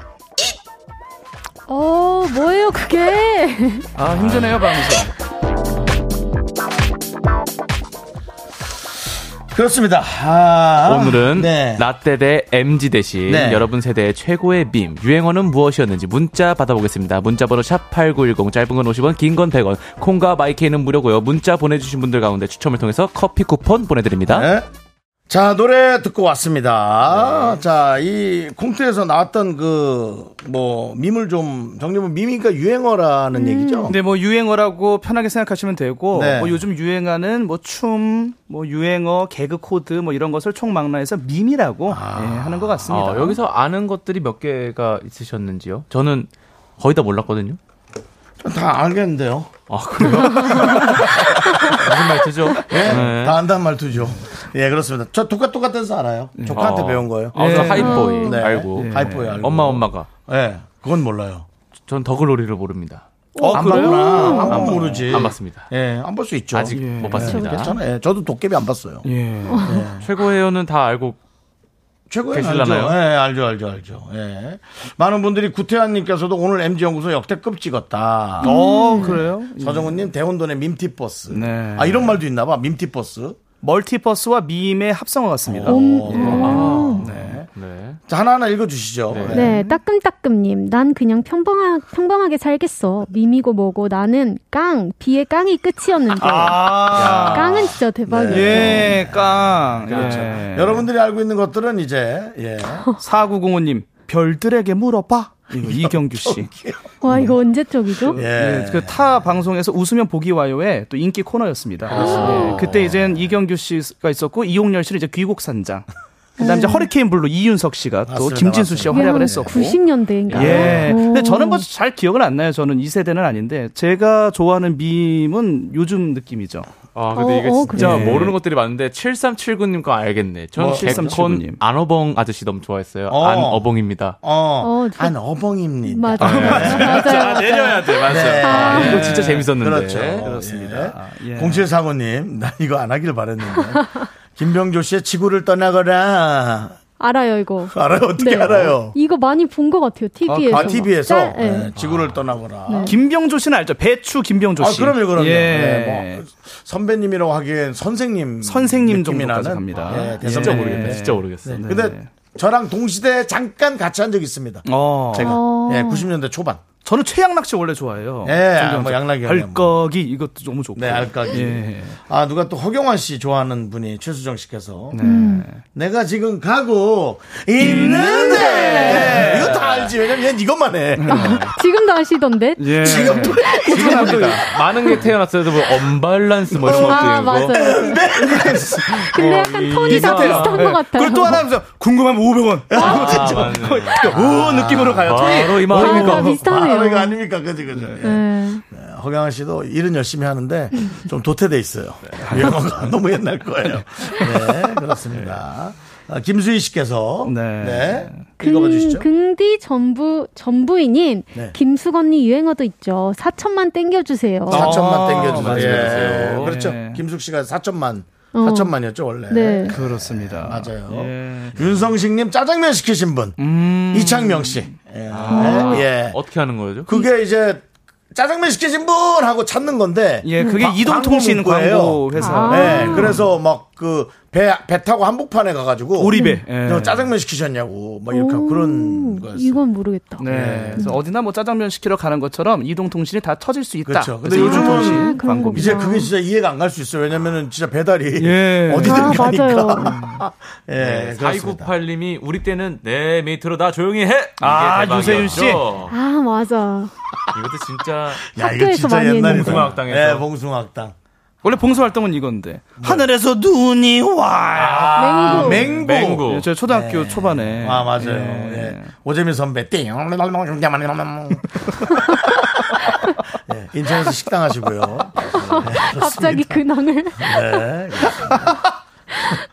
어, 뭐예요, 그게? *laughs* 아 힘드네요 방송. 그렇습니다 아, 오늘은 네. 라떼 대 MG 대신 네. 여러분 세대의 최고의 빔 유행어는 무엇이었는지 문자 받아보겠습니다. 문자 번호 샵8910 짧은 건 50원 긴 건 100원 콩과 마이케이는 무료고요. 문자 보내주신 분들 가운데 추첨을 통해서 커피 쿠폰 보내드립니다. 네, 자, 노래 듣고 네. 왔습니다. 자, 이 콩트에서 나왔던 그, 뭐, 밈을 좀, 정리하면 밈이니까 음. 유행어라는 얘기죠. 네. 근데 뭐 유행어라고 편하게 생각하시면 되고 네. 뭐 요즘 유행하는 뭐 춤, 뭐 유행어, 개그 코드 뭐 이런 것을 총망라해서 밈이라고 예, 하는 것 같습니다. 어, 여기서 아는 것들이 몇 개가 있으셨는지요? 저는 거의 다 몰랐거든요. 다 알겠는데요. 아 *laughs* 그래요? 무슨 말투죠? 예? 네. 다 안다는 말투죠. 예, 그렇습니다. 저 조카 똑같아서 알아요. 조카한테 어. 배운 거예요. 네. 음. 아, 저 하이보이 알고. 하이보이 네. 알고. 엄마 엄마가. 예, 그건 몰라요. 전 더글로리를 모릅니다. 아, 어, 안 그래요? 봤구나. 안 안 본 봐요. 모르지. 안 봤습니다. 예, 안 볼 수 있죠. 아직 못 봤습니다. 예, 괜찮아요. 예, 저도 도깨비 안 봤어요. 예. 네. 최고의요는 다 알고 최고의 알죠. 계실라나요? 예, 알죠, 알죠, 알죠. 예. 많은 분들이 구태환님께서도 오늘 MG 연구소 역대급 찍었다. 어, 그래요? 서정훈님 대혼돈의 밈티 버스. 네. 아 이런 말도 있나봐. 밈티 버스. 멀티버스와 밈의 합성어 같습니다. 네. 자 하나 하나 읽어주시죠. 네. 네, 따끔따끔님. 난 그냥 평범하, 평범하게 살겠어. 밈이고 뭐고 나는 깡. 비의 깡이 끝이었는데. 아. 깡은 진짜 대박이에요. 예, 깡. 그렇죠. 예. 여러분들이 알고 있는 것들은 이제 예. 4905님, 별들에게 물어봐. 이거 이경규 씨. 와, 이거 언제 쪽이죠? 네, 예. 그 타 방송에서 웃으면 보기 와요의 또 인기 코너였습니다. 예, 그때 이젠 이경규 씨가 있었고 이용열 씨는 이제 귀곡산장. 그다음 이제 허리케인 블루 이윤석 씨가 또 맞습니다, 김진수 씨와 활약을 했었고. 90년대인가? 예. 근데 저는 뭐 잘 기억은 안 나요. 저는 이 세대는 아닌데 제가 좋아하는 밈은 요즘 느낌이죠. 아, 근데 어, 이게 어, 진짜 그래요? 모르는 것들이 많은데 7379님 거 알겠네. 저는 뭐, 개콘 7379님. 안어벙 아저씨 너무 좋아했어요. 어. 안어벙입니다. 어, 안 어벙입니다. 맞아요. *laughs* 아, 내려야 돼, 맞아요. 아, 이거 진짜 재밌었는데. 그렇죠. 그렇습니다. 예. 네. 0745님, 난 이거 안 하길 바랬는데. 김병조 씨의 지구를 떠나거라. 알아요 이거. 네. 알아요? 어떻게 알아요? 이거 많이 본 것 같아요 그 TV에서. 아, TV에서? 네. 지구를 떠나거라. 네. 김병조 씨는 알죠? 배추 김병조 아, 씨. 그럼요, 그럼요. 예. 네, 뭐, 선배님이라고 하기엔 선생님. 선생님 느낌이 정도까지 나는, 갑니다. 예, 예. 대선 진짜 예. 모르겠네, 진짜 모르겠어요. 네. 네. 근데 저랑 동시대에 잠깐 같이 한 적이 있습니다. 어. 뭐. 제가. 어. 예, 90년대 초반. 저는 최양락 씨 원래 좋아해요. 예, 김병조. 뭐 양락이 아니라 알까기 이것도 너무 좋고. 네, 알까기. 예. 아, 누가 또 허경환 씨 좋아하는 분이 최수정 씨께서 음. 내가 지금 가고 있는데 이거 다 알지. 왜냐면 얘는 이것만 해. *laughs* 네. 지금도 아시던데. 예. 지금도 지금도 많은 게 태어났어도 뭐 언발란스 뭐 이런 것도 아 맞아요. 있고. 근데 약간 톤이 다 비슷해요. 비슷한 예. 것 같아요. 그리고 또 하나 보세요. 궁금하면 500원. 아. 아, 그렇죠. 오 느낌으로 가요. 바로 톤이. 이 마음입니까? 다 비슷하네요. 바로 이거 아닙니까? 그지, 그지. 예. 네. 네, 허경환 씨도 일은 열심히 하는데 좀 도태돼 있어요. 네. 영어가 너무 *laughs* 옛날 거예요. 네, 그렇습니다. 아, 김수희 씨께서 네, 그 읽어봐 주시죠. 긍디 전부 전부인인 네. 김수건님 유행어도 있죠. 4천만 땡겨주세요. 4천만 땡겨주세요. 아, 맞아요. 예, 그렇죠. 예. 김숙 씨가 4천만, 어. 4천만이었죠 원래. 네. 그렇습니다. 맞아요. 예. 음. 윤성식님 짜장면 시키신 분 이창명 씨. 예. 아, 예. 어떻게 하는 거죠? 그게 이제 짜장면 시키신 분 하고 찾는 건데. 예, 그게 바- 이동통신 아, 광고 문구예요. 광고 아. 회사. 네, 그래서 막 그 배, 배 타고 한복판에 가가지고. 오리배. 음. 예. 네. 저 짜장면 시키셨냐고. 막 이렇게 하고 그런 거였어요. 이건 모르겠다. 예. 네. 그래서 어디나 뭐 짜장면 시키러 가는 것처럼 이동통신이 다 터질 수 있다. 그렇죠. 근데 그래서 요즘은 이동통신 그런 광고. 이제 그게 진짜 이해가 안 갈 수 있어요. 왜냐면은 진짜 배달이 예. *laughs* 어디든 아, 가니까. 예, 네, 그렇습니다. 4298님이 우리 때는 내 밑으로 다 조용히 해. 이게 아, 유세윤 씨. 대박이었죠. 아 맞아. 이것도 진짜 야, 이거 학교에서 진짜 많이 옛날이다. 했는데. 봉숭아학당에서. 예, 봉숭아학당. 원래 봉사 활동은 네. 이건데 하늘에서 눈이 와요. 맹구. 아, 맹구. 맹구. 예, 저 초등학교 네. 초반에 아, 맞아요. 예. 예. 오재민 선배, 띵. 예, 인천에서 식당 하시고요. 갑자기 근황을. *laughs* 네.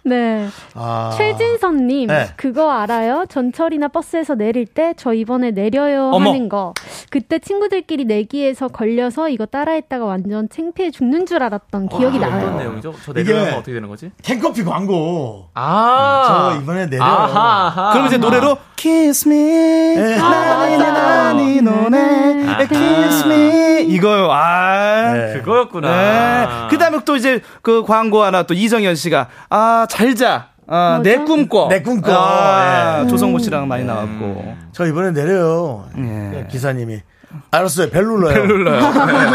네. 아. 최진선님 네. 그거 알아요? 전철이나 버스에서 내릴 때 저 이번에 내려요 어머. 하는 거. 그때 친구들끼리 내기에서 걸려서 이거 따라했다가 완전 창피해 죽는 줄 알았던 기억이 어떤 나요. 내용이죠? 저 이게- 내려가면 어떻게 되는 거지? 텐커피 광고. 아. 저 이번에 내려요. 아하, 아하. 그럼 이제 노래로 Kiss Me 네. 아, 나나나니 노네 아. Kiss Me 이거요. 아 네. 그거였구나. 네. 그다음에 또 이제 그 광고 하나 또 이정현 씨가 아 잘자. 아, 내 맞아. 꿈꿔. 음. 내 꿈꿔. 아, 예. 조성모 씨랑 많이 나왔고. 저 이번에 내려요. 그러니까 예. 기사님이. 알았어요. 벨 눌러요.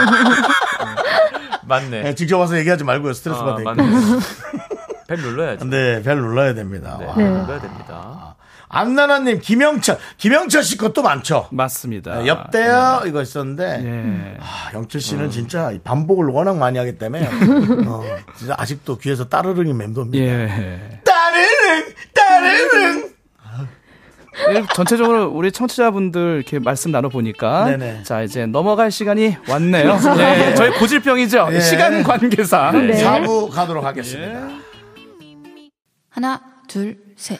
아, 맞네. 예, 직접 와서 얘기하지 말고요. 스트레스 아, 받으니까. 맞네. *laughs* 펜 눌러야지. 네, 벨 눌러야 됩니다. 네, 와. 펜 눌러야 됩니다. 안나나님, 김영철. 김영철 씨 것도 많죠. 맞습니다. 네, 옆대요 이거 있었는데 아, 예. 아, 영철 씨는 진짜 반복을 워낙 많이 하기 때문에 어, 진짜 아직도 귀에서 따르릉이 맴돕니다. 예. 따르릉 따르릉 예, 전체적으로 우리 청취자분들 이렇게 말씀 나눠보니까 네네. 자 이제 넘어갈 시간이 왔네요. 예, *laughs* 저희 고질병이죠. 예. 시간 관계상. 네. 사부 가도록 하겠습니다. 하나, 둘, 셋.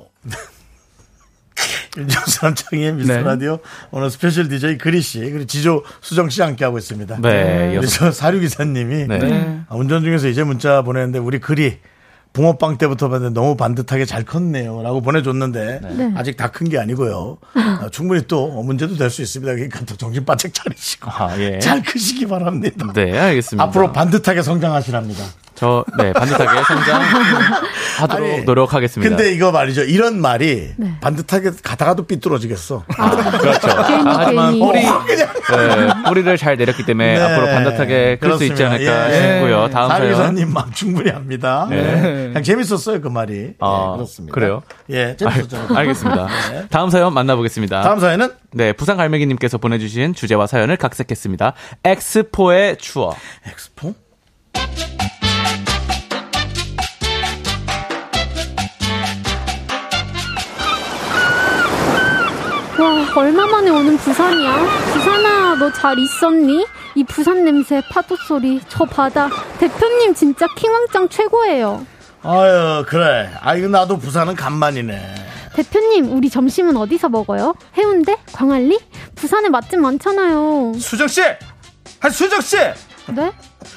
*laughs* 윤정수 남창희의 미스터 네. 라디오 오늘 스페셜 DJ 그리 씨 그리고 지조 수정 씨 함께 하고 있습니다. 네, 근데 여- 저 *laughs* 사류 기사님이 네. 아, 운전 중에서 이제 문자 보냈는데 우리 글이 붕어빵 때부터 봤는데 너무 반듯하게 잘 컸네요라고 보내줬는데 네. 아직 다 큰 게 아니고요. 아, 충분히 또 문제도 될 수 있습니다. 그러니까 또 정신 바짝 차리시고 아, 예. 잘 크시기 바랍니다. 네, 알겠습니다. 앞으로 반듯하게 성장하시랍니다. 저, 네, *laughs* 반듯하게 성장하도록 아니, 노력하겠습니다. 근데 이거 말이죠. 이런 말이 네. 반듯하게 가다가도 삐뚤어지겠어. *laughs* 그렇죠. 괜히, 하지만 괜히. 뿌리, 어, 네, 뿌리를 잘 내렸기 때문에 네, 앞으로 반듯하게 클 수 있지 그렇습니다. 않을까 예. 싶고요. 다음 사연. 사유사님 막 충분히 합니다. 네. 네. 그냥 재밌었어요 그 말이. 아, 예, 그렇습니다. 그래요? 예, 재밌었죠. *laughs* 알- 알겠습니다. 네. 다음 사연 만나보겠습니다. 다음 사연은? 네, 부산 갈매기님께서 보내주신 주제와 사연을 각색했습니다. 엑스포의 추억. 엑스포? 와, 얼마 만에 오는 부산이야? 부산아, 너 잘 있었니? 이 부산 냄새, 파도 소리, 저 바다. 대표님 진짜 킹왕짱 최고예요. 아유 그래. 아 이거 나도 부산은 간만이네. 대표님, 우리 점심은 어디서 먹어요? 해운대? 광안리? 부산에 맛집 많잖아요. 수정씨! 아, 수정씨! 네?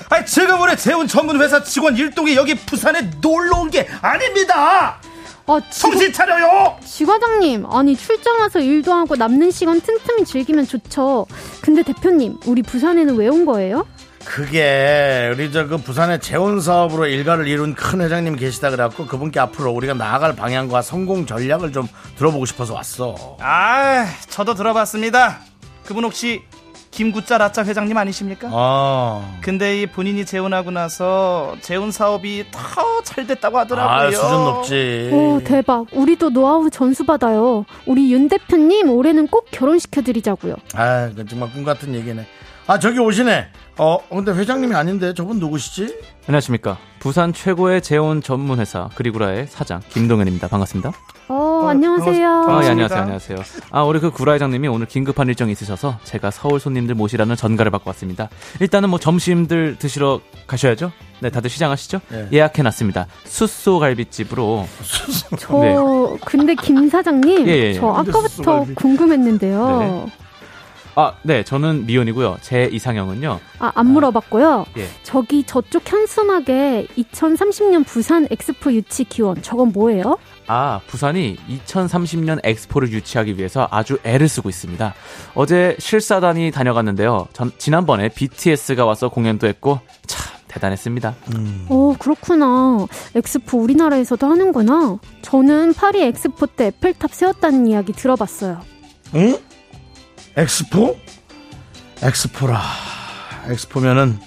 아, 지금 우리 재훈 전문회사 직원 일동이 여기 부산에 놀러 온 게 아닙니다! 아, 정신 차려요! 지과장님, 아니 출장 와서 일도 하고 남는 시간 틈틈이 즐기면 좋죠. 근데 대표님, 우리 부산에는 왜 온 거예요? 그게 우리 저 그 부산의 재원 사업으로 일가를 이룬 큰 회장님 계시다 그래갖고 그분께 앞으로 우리가 나아갈 방향과 성공 전략을 좀 들어보고 싶어서 왔어. 아, 저도 들어봤습니다. 그분 혹시 김구짜 라짜 회장님 아니십니까? 아, 근데 이 본인이 재혼하고 나서 재혼 사업이 더 잘 됐다고 하더라고요. 아 수준 높지. 예. 오, 대박. 우리도 노하우 전수 받아요. 우리 윤 대표님 올해는 꼭 결혼시켜드리자고요. 아, 그 정말 꿈 같은 얘기네. 아 저기 오시네. 어, 근데 회장님이 아닌데 저분 누구시지? 안녕하십니까. 부산 최고의 재혼 전문회사 그리구라의 사장 김동현입니다. 반갑습니다. 어, 안녕하세요. 아, 예, 안녕하세요. 안녕하세요. 아, 우리 그 구라 회장님이 오늘 긴급한 일정이 있으셔서 제가 서울 손님들 모시라는 전가를 받고 왔습니다. 일단은 뭐 점심들 드시러 가셔야죠. 네, 다들 시장하시죠? 네. 예약해 놨습니다. 숯소 갈비집으로. 저 근데 김 사장님, 네. 예, 예, 예. 저 아까부터 수고하십니다. 궁금했는데요. 네. 아, 네. 저는 미연이고요. 제 이상형은요. 아, 안 물어봤고요. 예. 저기 저쪽 현수막에 2030년 부산 엑스포 유치 기원 저건 뭐예요? 아, 부산이 2030년 엑스포를 유치하기 위해서 아주 애를 쓰고 있습니다. 어제 실사단이 다녀갔는데요. 전, 지난번에 BTS가 와서 공연도 했고 참 대단했습니다. 오 어, 그렇구나. 엑스포 우리나라에서도 하는구나. 저는 파리 엑스포 때 에펠탑 세웠다는 이야기 들어봤어요. 응? 엑스포? 엑스포라. 엑스포면은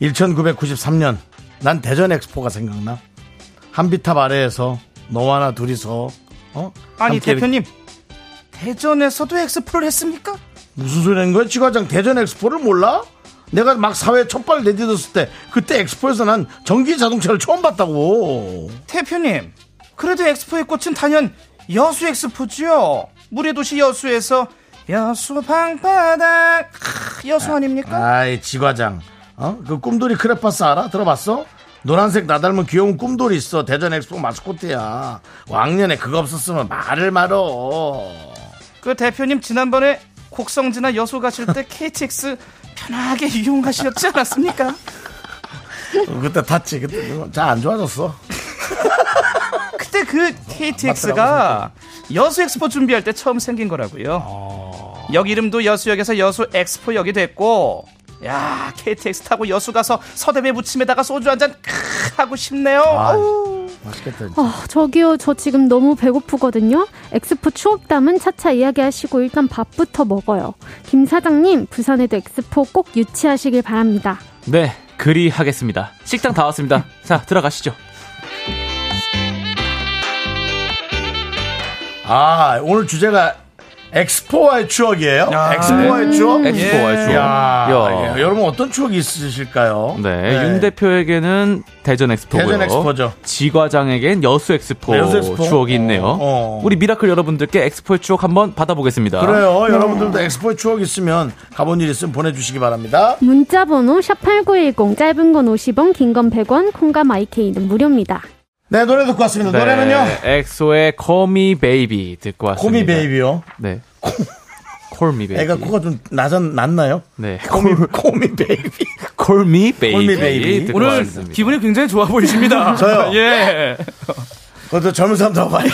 1993년 난 대전 엑스포가 생각나. 한비탑 아래에서 너와 나 둘이서 어? 아니 함께 대표님 대전에서도 엑스포를 했습니까? 무슨 소리 하는 거야? 지과장 대전 엑스포를 몰라? 내가 막 사회에 첫발 내딛었을 때 그때 엑스포에서 난 전기 자동차를 처음 봤다고. 대표님 그래도 엑스포의 꽃은 단연 여수 엑스포지요. 물의 도시 여수에서 여수 방바닥 크, 여수 아닙니까? 아이 지과장 어? 그 꿈돌이 크레파스 알아? 들어봤어? 노란색 나 닮은 귀여운 꿈돌이 있어 대전 엑스포 마스코트야 왕년에 그거 없었으면 말을 말어 그 대표님 지난번에 곡성지나 여수 가실 *laughs* 때 KTX 편하게 이용하셨지 않았습니까? 그때 탔지 그때 잘 안 좋아졌어 그때 그 KTX가 여수 엑스포 준비할 때 처음 생긴 아. 거라고요. 역 이름도 여수역에서 여수 엑스포역이 됐고, 야 KTX 타고 여수 가서 서대배 무침에다가 소주 한잔 하고 싶네요. 아, 어우. 맛있겠다 아, 저기요, 저 지금 너무 배고프거든요. 엑스포 추억담은 차차 이야기하시고 일단 밥부터 먹어요. 김 사장님, 부산에도 엑스포 꼭 유치하시길 바랍니다. 네, 그리 하겠습니다. 식당 다 왔습니다. 자, 들어가시죠. 아 오늘 주제가 엑스포와의 추억이에요? 엑스포와의 네. 추억? 엑스포와의 예. 추억. 야, 야. 예. 여러분 어떤 추억이 있으실까요? 네, 윤 대표에게는 대전 엑스포고요. 대전 엑스포죠. 네, 지과장에겐 여수 엑스포, 여수 엑스포? 추억이 있네요. 어. 우리 미라클 여러분들께 엑스포의 추억 한번 받아보겠습니다. 그래요 여러분들도 엑스포의 추억 있으면 가본 일 있으면 보내주시기 바랍니다 문자번호 샵8910, 짧은 건 50원, 긴 건 100원, 콩과 마이케이는 무료입니다. 네 노래 듣고 왔습니다 네, 노래는요? 엑소의 코미 베이비 듣고 왔습니다. 코미 베이비요 네. 콜미 베이비. 애가 코가 좀 낮은 낮나요? 네. 코미 코미 베이비. 콜미 베이비. 콜미 베이비. 네, 듣고 오늘 왔습니다. 기분이 굉장히 좋아 *laughs* *laughs* 보이십니다. 저요? 예. 그것도 *laughs* 젊은 사람도 많이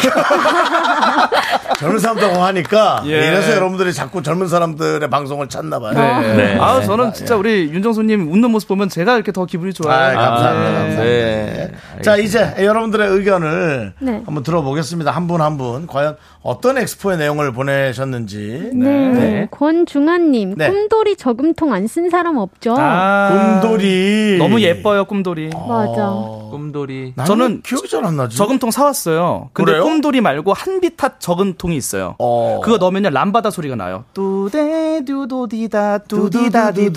젊은 사람들하고 하니까 예. 이래서 여러분들이 자꾸 젊은 사람들의 방송을 찾나 봐요. 네. 네. 아 저는 진짜 우리 윤정수님 웃는 모습 보면 제가 이렇게 더 기분이 좋아요. 아이, 감사합니다. 네. 감사합니다. 예. 자, 이제 여러분들의 의견을 네. 한번 들어보겠습니다. 한 분 한 분. 과연 어떤 엑스포의 내용을 보내셨는지. 네. 권중환님, 네. 꿈돌이 저금통 안 쓴 사람 없죠? 아, 아. 꿈돌이. 너무 예뻐요 꿈돌이. 맞아. 어. 꿈돌이. 저는 어. 기억이 잘 안 나지. 저금통 음? 사왔어요. 근데 그래요? 꿈돌이 말고 한비탓 저금통이 있어요. 그거 넣으면요 람바다 소리가 나요. 뚜데듀도디다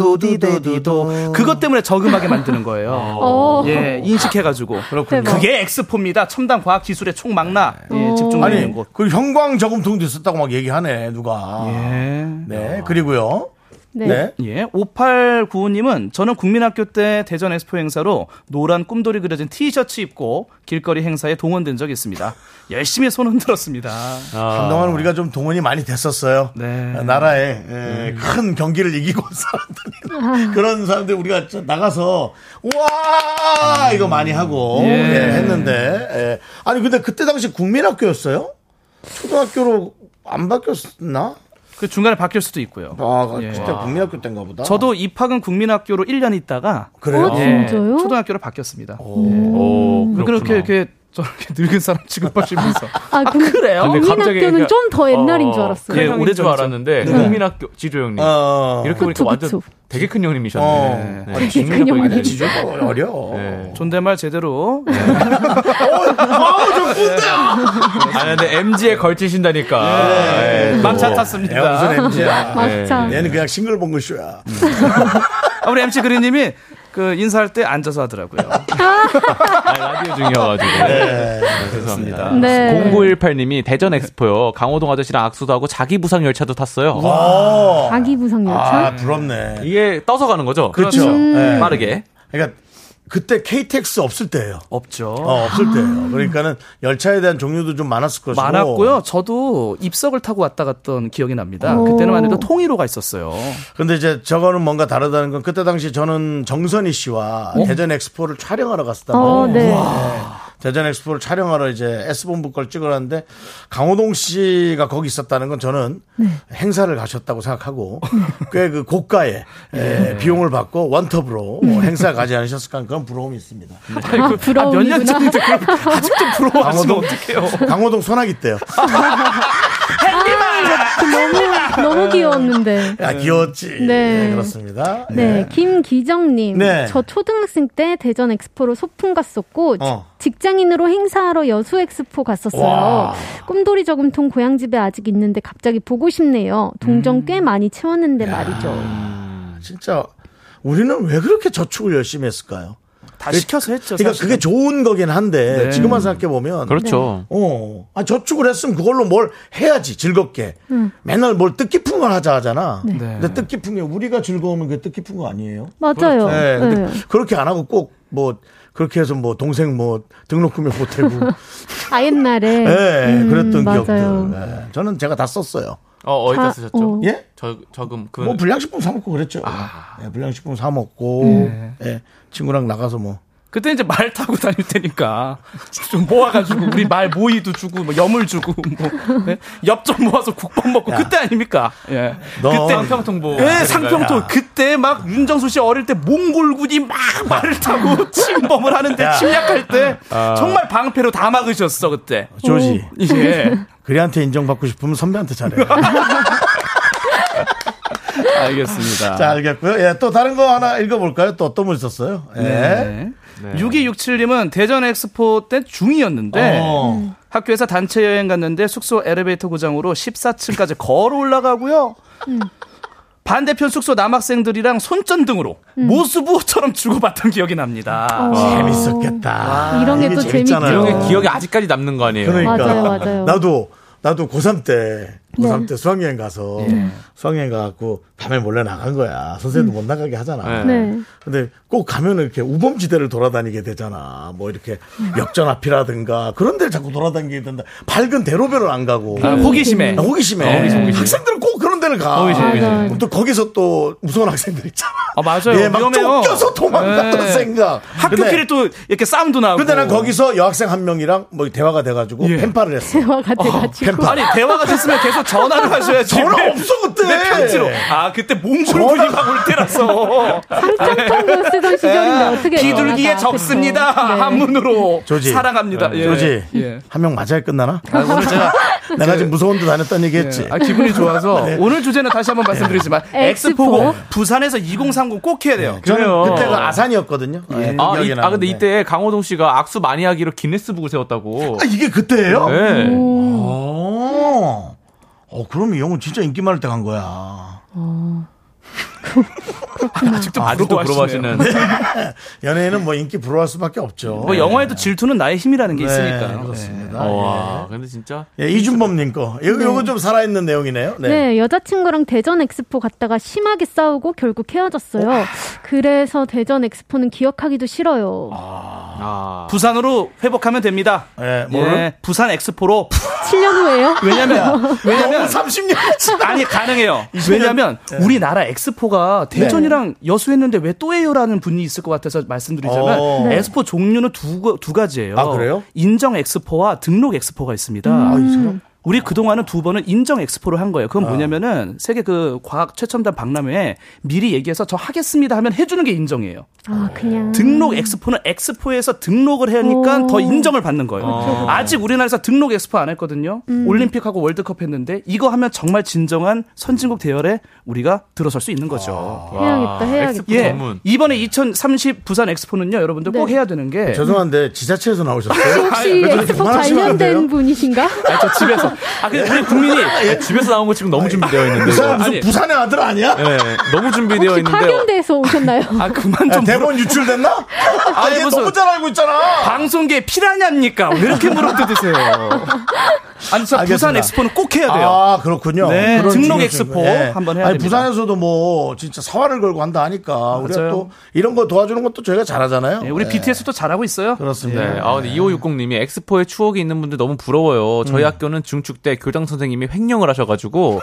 뚜디다디도디데디도. 그것 때문에 저금하게 만드는 거예요. 어. 예, 인식해가지고. 그렇군요. 네. 그게 엑스포입니다. 첨단 과학 기술의 총망라. 예, 집중되는 아니, 곳. 그 형광 저금통도 있었다고 막 얘기하네, 누가. 네, 그리고요. 네. 예, 5895님은 저는 국민학교 때 대전 엑스포 행사로 노란 꿈돌이 그려진 티셔츠 입고 길거리 행사에 동원된 적이 있습니다. 열심히 손 흔들었습니다. 아. 한동안 우리가 좀 동원이 많이 됐었어요. 네. 나라에 음. 예, 큰 경기를 이기고 온 아. 사람들이 그런 사람들 우리가 저 나가서 음. 와 이거 많이 하고 예. 예, 했는데 예. 아니 근데 그때 당시 국민학교였어요? 초등학교로 안 바뀌었나? 그 중간에 바뀔 수도 있고요. 아, 진짜 와. 국민학교 때인가 보다. 예. 저도 입학은 국민학교로 1년 있다가 그래요? 어, 예, 진짜요? 초등학교로 바뀌었습니다. 어, 오, 왜 그렇게 이렇게 저렇게 *laughs* 늙은 사람 *laughs* 취급하시면서 아, 국- 그래요? 근데 국민학교는 갑자기 그러니까- 좀 더 옛날인 줄 어, 알았어요. 예, 오래 줄 알았는데 네. 국민학교 지조 형님 어. 이렇게 보니까 그쵸, 완전 그쵸. 되게 큰 형님이셨네. 어. 네. 되게 국민학교 큰 형님. 얘기하니까 지조가 어려. 네. 존댓말 제대로 예. 아니 근데 MG에 걸치신다니까. 예. 예, 막차 또. 탔습니다. 야, 무슨 MC야? 네. 막차. 네. 얘는 그냥 싱글벙글쇼야. 음, 아, 우리 MC 그린님이 그 인사할 때 앉아서 하더라고요. 아니, 네. 라디오 중이어가지고. 네, 음. 죄송합니다. 네. 0918님이 대전 엑스포요. 강호동 아저씨랑 악수도 하고 자기 부상 열차도 탔어요. 아기 부상 열차? 아, 부럽네. 이게 떠서 가는 거죠? 그렇죠. 음. 예. 빠르게. 그러니까 그때 KTX 없을 때예요. 없죠. 어, 없을 때예요. 그러니까는 열차에 대한 종류도 좀 많았을 것이고. 많았고요. 저도 입석을 타고 왔다 갔던 기억이 납니다. 오. 그때만 해도 통일호가 있었어요. 근데 이제 저거는 뭔가 다르다는 건 그때 당시 저는 정선희 씨와 대전 엑스포를 촬영하러 갔었단 어, 말이에요. 네. 대전 엑스포를 촬영하러 이제 S본부 걸 찍으라는데 강호동 씨가 거기 있었다는 건 저는 네. 행사를 가셨다고 생각하고 꽤 그 고가의 에, 네. 비용을 받고 원톱으로 뭐 행사 가지 않으셨을까 하는 그런 부러움이 있습니다. 아이고, 아, 몇년 전인데 그럼 아직도 부러워하시면 강호동 어떡해요. 강호동 소나기 때요. 아, 너무, 너무 귀여웠는데. 아 귀여웠지. 네. 네, 그렇습니다. 네, 김기정님. 네. 저 초등학생 때 대전 엑스포로 소풍 갔었고, 어. 직- 직장인으로 행사하러 여수 엑스포 갔었어요. 와. 꿈돌이 저금통 고향집에 아직 있는데 갑자기 보고 싶네요. 동전 꽤 많이 채웠는데 말이죠. 네, 진짜 우리는 왜 그렇게 저축을 열심히 했을까요? 다 그- 시켜서 했죠, 그러니까 그렇죠, 사실은. 그게 좋은 거긴 한데 네. 지금만 생각해 보면 그렇죠. 어, 아, 저축을 했으면 그걸로 뭘 해야지 즐겁게. 음. 맨날 뭘 뜻깊은 걸 하자 하잖아. 네. 근데 뜻깊은 게 우리가 즐거우면 그게 뜻깊은 거 아니에요? 맞아요. 네, 근데 네. 그렇게 안 하고 꼭 뭐 그렇게 해서 뭐 동생 뭐 등록금을 *laughs* 보태고 아, 옛날에. 예, 그랬던 음, 맞아요. 기억들. 예, 저는 제가 다 썼어요. 어, 어디다 다- 쓰셨죠? 어. 예? 저, 저금, 그. 아. 뭐 불량식품 사 먹고 그랬죠. 예, 불량식품 사 먹고 네. 예, 친구랑 나가서 뭐 그때 이제 말 타고 다닐 테니까 좀 모아가지고 우리 말 모이도 주고 뭐 염을 주고 뭐 네? 엽전 모아서 국밥 먹고 그때 아닙니까? 예. 넌 네. 그때 상평통보. 예, 상평통. 야. 그때 막 윤정수 씨 어릴 때 몽골군이 막 말을 타고 침범을 하는데 야. 침략할 때 아. 정말 방패로 다 막으셨어 그때. 조지. 예. 그리한테 인정받고 싶으면 *laughs* 선배한테 잘해. 알겠습니다. 아. 자, 알겠고요. 예, 또 다른 거 하나 읽어볼까요? 또 어떤 분 있었어요? 예. 네. 네. 6267님은 대전 엑스포 때 중이었는데 어. 학교에서 단체 여행 갔는데 숙소 엘리베이터 고장으로 14층까지 걸어 올라가고요. 음. 반대편 숙소 남학생들이랑 손전등으로 음. 모수부처럼 주고받던 기억이 납니다. 아, 어. 재밌었겠다. 이런 게또 이게 재밌죠. 재밌잖아요. 아, 이런 게 기억이 아직까지 남는 거 아니에요? 어. 그러니까. 맞아요, 맞아요. 나도, 나도 고3 때, 고3 네. 때 수학여행 가서 수학여행 가갖고 밤에 몰래 나간 거야. 선생님도 못 나가게 하잖아. 음. 네. 네. 근데 꼭 가면 이렇게 우범지대를 돌아다니게 되잖아. 뭐 이렇게 네. 역전 앞이라든가 그런 데를 자꾸 돌아다니게 된다. 밝은 대로변을 안 가고. 아, 호기심에. 아, 호기심에. 어, 호기심, 호기심. 학생들은 꼭 그런 데를 학원을 가. 거기서, 거기서. 그럼 또 거기서 또 무서운 학생들 있잖아. 아 맞아요. 예, 막 위험해요. 쫓겨서 도망갔던 네. 생각. 학교끼리 또 이렇게 싸움도 나고. 예. 근데 난 거기서 여학생 한 명이랑 뭐 대화가 돼가지고 펜파를 했어. 대화가 돼가지고. 펜파. 아니 대화가 됐으면 계속 전화를 하셔야지. 전화 없어 그때. 내 편지로. 아 그때 몽골 분위기가 올 때라서. 상장통도 쓰던 시절인데 어떻게 비둘기에 아, 전화가 적습니다. 됐어요? 네. 한문으로 조지. 아, 어, 사랑합니다. 예. 조지. 한 명 맞아야 끝나나? *laughs* 오늘 제가 내가 지금 무서운 데 다녔다는 얘기 했지. 그 아, 기분이 *laughs* 좋아서 오늘 주제는 다시 한번 말씀드리지만 네. 엑스포고 네. 부산에서 2030 꼭 해야 돼요. 저는 그래요. 그때가 아산이었거든요. 예. 아, 이- 기억이 아, 근데 나는데. 이때 강호동 씨가 악수 많이 하기로 기네스북을 세웠다고. 아, 이게 음. 그때예요? 네. 오. 어, 그럼 이 형은 진짜 인기 많을 때 간 거야. 아직도 네. 아직도 부러워하시는. 네. 연예인은 뭐 인기 부러워할 수밖에 없죠. 뭐 영화에도 네. 어, 질투는 나의 힘이라는 게 네, 있으니까. 그렇습니다. 와, 근데 진짜 예, 이준범님 거. 이거, 이거 좀 살아있는 내용이네요. 네. 네. 여자친구랑 대전 엑스포 갔다가 심하게 싸우고 결국 헤어졌어요. 그래서 대전 엑스포는 기억하기도 싫어요. 부산으로 회복하면 됩니다. 예, 뭐를? 부산 엑스포로 7년 후에요? 네. 그 왜냐면 *laughs* *laughs* 왜냐면 30년 네. *laughs* 아니 가능해요. 20년. 네. 왜냐면 우리나라 엑스포가 대전이랑 여수했는데 왜 또 해요라는 분이 있을 것 같아서 말씀드리자면 어. 네. 엑스포 종류는 두, 거- 두 가지예요. 아, 그래요? 인정 엑스포와 등록 엑스포가 있습니다. 아, 이 사람? 아. 우리 그동안은 두 번은 인정 엑스포를 한 거예요. 그건 뭐냐면은 세계 그 과학 최첨단 박람회에 미리 얘기해서 저 하겠습니다 하면 해주는 게 인정이에요. 아, 그냥. 등록 엑스포는 엑스포에서 등록을 하니까 오. 그렇죠, 더 인정을 받는 거예요. 그쵸, 그쵸. 아직 우리나라에서 등록 엑스포 안 했거든요. 음. 올림픽하고 월드컵 했는데 이거 하면 정말 진정한 선진국 대열에 우리가 들어설 수 있는 아. 거죠. 해야겠다, 해야겠다. 엑스포 예, 전문. 이번에 2030 부산 엑스포는요, 여러분들 꼭 네. 해야 되는 게 죄송한데 *laughs* 지자체에서 나오셨어요? 네. 혹시 엑스포 관련된 분이신가? 아, 저 집에서. 아, 근데 우리 국민이 집에서 나온 거 지금 너무 준비되어 있는데. 그 사람 예. 무슨 아니, 부산의 아들 아니야? 네. 예, 너무 준비되어 혹시 있는데. 파견돼서 오셨나요? 아, 그만 야, *laughs* 대본 유출됐나? 아, 얘 너무 잘 알고 있잖아. 방송계 피라냐입니까? 왜 이렇게 물어뜯으세요? 아니, 저 부산 알겠습니다. 엑스포는 꼭 해야 돼요. 아, 그렇군요. 네, 그런 등록 중요성이- 엑스포 한번 해야 아니, 됩니다. 부산에서도 뭐 진짜 사활을 걸고 한다 하니까 우리가 맞아요. 또 이런 거 도와주는 것도 저희가 잘하잖아요. 네, 우리 BTS도 잘하고 있어요. 그렇습니다. 네. 아, 근데 2560님이 엑스포에 추억이 있는 분들 너무 부러워요. 저희 학교는 중축 때 교장 선생님이 횡령을 하셔가지고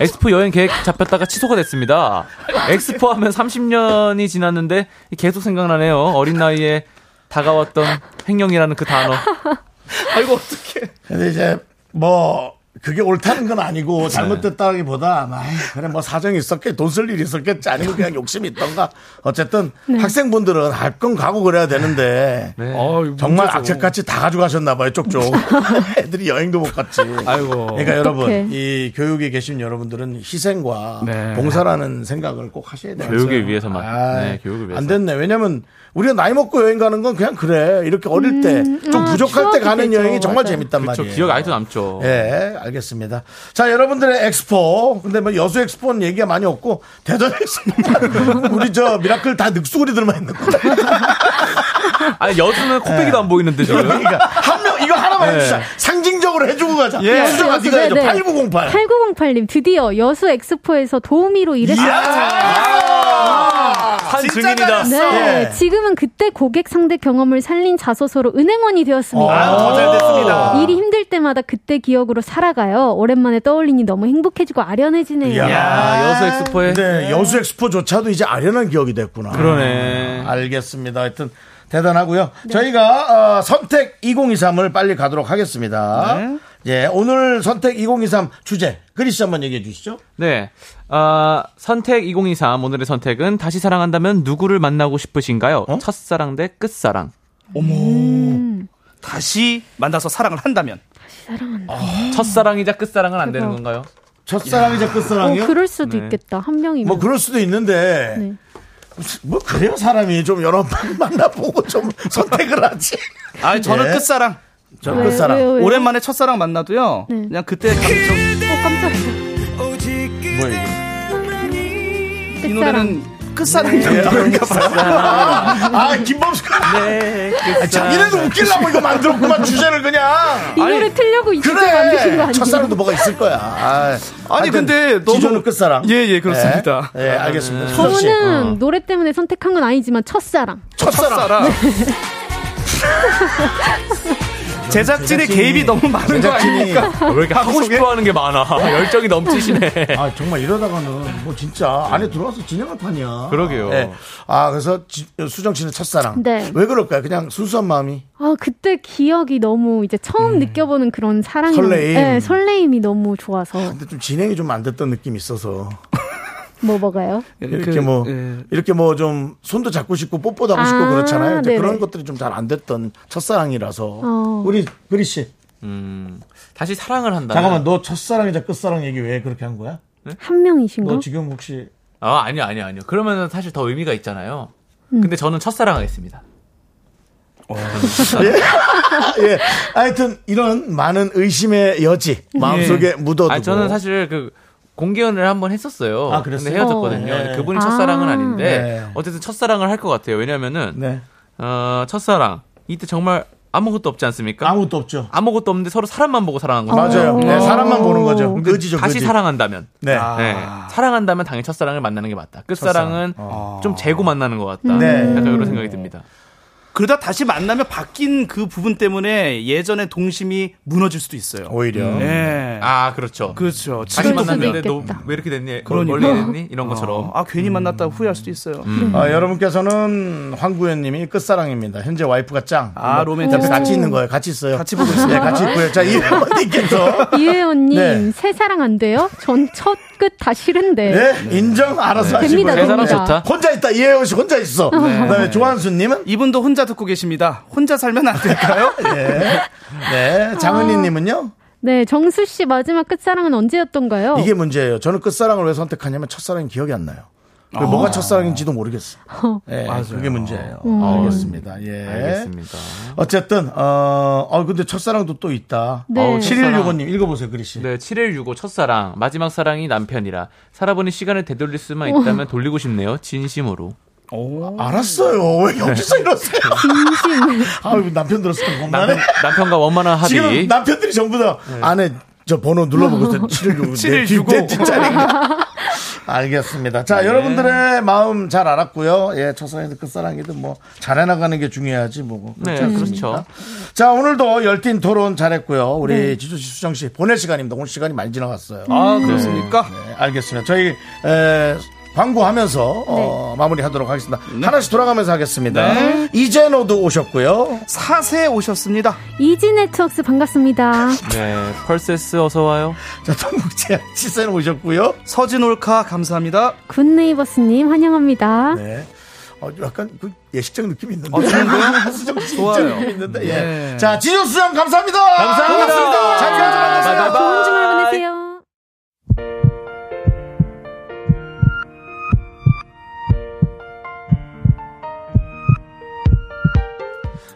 엑스포 여행 계획 잡혔다가 취소가 됐습니다. 엑스포 하면 30년이 지났는데 계속 생각나네요. 어린 나이에 다가왔던 횡령이라는 그 단어. 아이고 어떡해. 근데 이제 뭐 그게 옳다는 건 네. 아니고 잘못됐다기보다 아이, 그래 뭐 사정이 있었겠 돈 쓸 일이 있었겠지 아니면 그냥 욕심이 있던가 어쨌든 네. 학생분들은 할 건 가고 그래야 되는데 네. 정말 악착같이 다 가져가셨나 봐요 *laughs* 쪽쪽 애들이 여행도 못 갔지 아이고. 그러니까 어떡해. 여러분 이 교육에 계신 여러분들은 희생과 네. 봉사라는 생각을 꼭 하셔야 돼요 교육을 위해서만. 아, 네, 교육을 위해서. 안 됐네. 왜냐면 우리가 나이 먹고 여행 가는 건 그냥 그래. 이렇게 어릴 때 좀 아, 부족할 때 추억이 가는 되죠. 여행이 정말 맞아요. 재밌단 그렇죠. 말이에요. 기억 아직도 남죠. 예, 알겠습니다. 자, 여러분들의 엑스포. 근데 뭐 여수 엑스포는 얘기가 많이 없고 대전 엑스포. *laughs* 우리 저 미라클 다 늑수구리들만 있는 거예요. *laughs* 아니, 여주는 예. 코빼기도 안 보이는데 지금. 그러니까 한 명 이거 하나만 예. 해주자. 상징적으로 해주고 가자. 여수, 수정아 여수, 네가 해줘. 네, 네. 8908. 8908님, 드디어 여수 엑스포에서 도우미로 일했어요. 한 증인이다. 아. 예. 네, 지금은 그때 고객 상대 경험을 살린 자소서로 은행원이 아유, 되었습니다. 더잘 됐습니다. 일이 힘들 때마다 그때 기억으로 살아가요. 오랜만에 떠올리니 너무 행복해지고 아련해지네요. 야, 여수 엑스포에. 네, 여수 엑스포조차도 이제 아련한 기억이 됐구나. 아, 그러네. 알겠습니다. 하여튼 대단하고요. 네. 저희가 어, 선택 2023을 빨리 가도록 하겠습니다. 예, 오늘 선택 2023 주제 그리스 한번 얘기해 주시죠. 네. 아, 선택 2023 오늘의 선택은 다시 사랑한다면 누구를 만나고 싶으신가요? 어? 첫사랑 대 끝사랑. 다시 만나서 사랑을 한다면. 어, 첫사랑이자 끝사랑은 안 되는 건가요? 첫사랑이자 어, 끝사랑이요? 그럴 수도 네. 있겠다. 한 명이면. 뭐 그럴 수도 있는데 네. 뭐 그래요 사람이 좀 여러 번 *laughs* 만나보고 좀 선택을 하지. 아, 저는 예. 끝사랑. 저 왜요, 그 끝사랑. 왜요, 네. 왜요? 오랜만에 첫사랑 만나도요. 그냥 그때 감정. 어, 깜짝이야. 뭐야 이게? 이그 끝사랑. 노래는 끝사랑이에요. 예, 그러니까 아 김범수가 아, 자기네도 웃기려고 이거 만들었구만 주제를 그냥. 이 노래 틀려고 이 주제 만드신 거 그래. 아니에요? 첫사랑도 뭐가 있을 거야. 아, 아니, 근데 너무- 지조는 끝사랑. 예, 예, 그렇습니다. 예, 예, 알겠습니다. 음. 수정 씨. 어. 저는 노래 때문에 선택한 네, 건 아니지만 첫사랑. 첫사랑. 첫사랑. *laughs* 제작진의 개입이 너무 많은 거 아닙니까? 왜 이렇게 하고 싶어 하는 게 많아. *laughs* 열정이 넘치시네. *laughs* 아, 정말 이러다가는 뭐 진짜 안에 들어와서 진행할 판이야. 그렇죠. 그러게요. 예. 아, 그래서 지- 수정 씨는 첫사랑. 네. 왜 그럴까요? 그냥 순수한 마음이. 아 그때 기억이 너무 이제 처음 느껴보는 그런 사랑이 설레임. 네, 설레임이 너무 좋아서 근데 좀 진행이 좀 안 됐던 느낌이 있어서. 뭐 먹어요? 그, 이렇게 뭐, 예. 이렇게 뭐 좀 손도 잡고 싶고 뽀뽀도 하고 싶고 아, 그렇잖아요. 근데 네네. 그런 것들이 좀 잘 안 됐던 첫사랑이라서. 어. 우리, 그리 씨. 음, 다시 사랑을 한다. 잠깐만, 너 첫사랑이자 끝사랑 얘기 왜 그렇게 한 거야? 한 명이신가? 네? 너 지금 혹시 아, 아니요, 아니요, 아니요. 그러면 사실 더 의미가 있잖아요. 음. 근데 저는 첫사랑 하겠습니다. 네. *laughs* 예. 하여튼 이런 많은 의심의 여지 마음속에 예. 묻어두고. 아, 저는 사실 그 공개연을 한번 했었어요. 뭐? 아, 그랬어요? 근데 헤어졌거든요. 어. 근데 그분이 아. 첫사랑은 아닌데 네. 어쨌든 첫사랑을 할 것 같아요. 왜냐면은 네. 어, 첫사랑 이때 정말 아무것도 없지 않습니까? 아무것도 없죠. 아무것도 없는데 서로 사람만 보고 사랑한 거죠. 맞아요. 네, 사람만 보는 거죠. 근데 의지죠, 다시 의지. 사랑한다면. 네. 네. 사랑한다면 당연히 첫사랑을 만나는 게 맞다. 끝사랑은 좀 재고 만나는 것 같다. 아. 네. 약간 이런 생각이 듭니다. 그러다 다시 만나면 바뀐 그 부분 때문에 예전의 동심이 무너질 수도 있어요. 오히려. 음. 예. 아, 그렇죠. 그렇죠. 다시 만났는데 너 왜 이렇게 됐니? 그러니까. 멀리 됐니? 이런 어. 것처럼. 아, 괜히 음. 만났다 후회할 수도 있어요. 아, 여러분께서는 황구현님이 끝사랑입니다. 현재 와이프가 짱. 아, 뭐, 로맨티스트. 옆에 같이 있는 거예요. 같이 있어요. 같이 보고 있어요. 네, 같이 있고요. 자, 이분께서 이혜원님 네. 새 사랑 안 돼요? 전 첫 끝 다 싫은데. 네, 인정 알아서 네. 하시고요. 됩니다, 제 사랑 됩니다. 좋다. 혼자 있다. 이혜원 씨 혼자 있어. 네. 그다음에 조한수님은 이분도 혼자 듣고 계십니다. 혼자 살면 안 *laughs* 될까요? 네. 네, 장은희님은요. 네, 정수 씨 마지막 끝사랑은 언제였던가요? 이게 문제예요. 저는 끝사랑을 왜 선택하냐면 첫사랑이 기억이 안 나요. 그리고 뭐가 첫사랑인지도 모르겠어. 예, 맞아요. 그게 문제예요. 음. 알겠습니다. 예. 네. 알겠습니다. 어쨌든 어, 어 근데 첫사랑도 또 있다. 네. 어우, 7165님 읽어보세요, 그리 씨. 네, 7165 첫사랑 마지막 사랑이 남편이라 살아보니 시간을 되돌릴 수만 있다면 돌리고 싶네요. 진심으로. 아, 알았어요. 왜 여기서 이러세요? 진심. *laughs* 아, 남편 들었을 때 겁나네. 남편, 남편과 원만한 지금 합의. 네. 남편들이 전부 다 아내 저 *laughs* 번호 눌러보고 있어요. 716. 716. 내 뒷자리인가? 알겠습니다. 자, 네. 여러분들의 마음 잘 알았고요. 예, 첫사랑이든 끝사랑이든 뭐 잘해나가는 게 중요하지 뭐. 네, 그렇지 않습니까? 그렇죠. 자, 오늘도 열띤 토론 잘했고요. 우리 네. 음. 지수 씨, 수정 씨 보낼 시간입니다. 오늘 시간이 많이 지나갔어요. 아, 그렇습니까? 네, 알겠습니다. 저희 에, 광고하면서 어, 네. 마무리하도록 하겠습니다. 하나씩 돌아가면서 하겠습니다. 네. 이제노도 오셨고요. 사세 오셨습니다. 이지 네트웍스 반갑습니다. 네, 펄세스 어서 와요. 자, *laughs* 동국제 치세는 오셨고요. 서진 올카 감사합니다. 굿네이버스님 환영합니다. 네. 어, 약간 그 예식장 느낌이 있는데. 어, *laughs* 좋은데요? 수정 씨 좋아요. 느낌이 있는데. 예. 네. 자, 지조 수정 감사합니다. 감사합니다. 고맙습니다. 잘 아, 들어주세요. 좋은 주말 보내세요.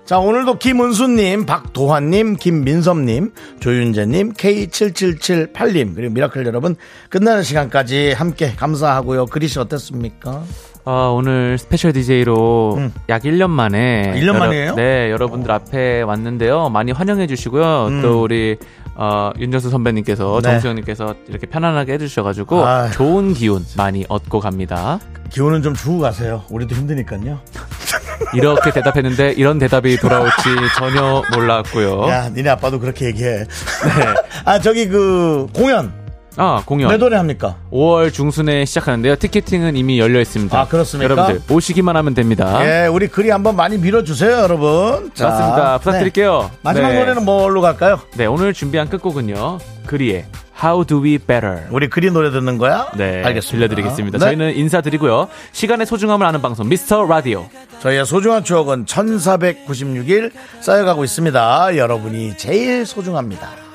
자, 오늘도 김은수님, 박도환님, 김민섭님, 조윤재님, K7778님, 그리고 미라클 여러분, 끝나는 시간까지 함께 감사하고요. 그리시 어땠습니까? 아, 오늘 스페셜 DJ로 약 1년 만에. 음. 아, 1년 만이에요? 어. 네, 여러분들 앞에 왔는데요. 많이 환영해 주시고요. 음. 또 우리, 어, 윤정수 선배님께서, 네. 정수영님께서 이렇게 편안하게 해주셔가지고, 아유. 좋은 기운 많이 얻고 갑니다. 기운은 좀 주고 가세요. 우리도 힘드니까요. 이렇게 대답했는데, 이런 대답이 돌아올지 전혀 몰랐고요. 야, 니네 아빠도 그렇게 얘기해. *laughs* 아, 저기 그 공연. 아, 공연. 몇 월에 합니까? 5월 중순에 시작하는데요. 티켓팅은 이미 열려 있습니다. 아, 그렇습니까? 여러분들 오시기만 하면 됩니다. 예, 우리 글이 한번 많이 밀어주세요, 여러분. 자, 맞습니다. 부탁드릴게요. 네. 마지막 네. 노래는 뭘로 갈까요? 네, 오늘 준비한 끝곡은요. 그리의 How Do We Better. 우리 그리 노래 듣는 거야? 네, 알겠습니다. 들려드리겠습니다. 네. 저희는 인사드리고요. 시간의 소중함을 아는 방송 미스터 라디오. 저희의 소중한 추억은 1496일 쌓여가고 있습니다. 여러분이 제일 소중합니다.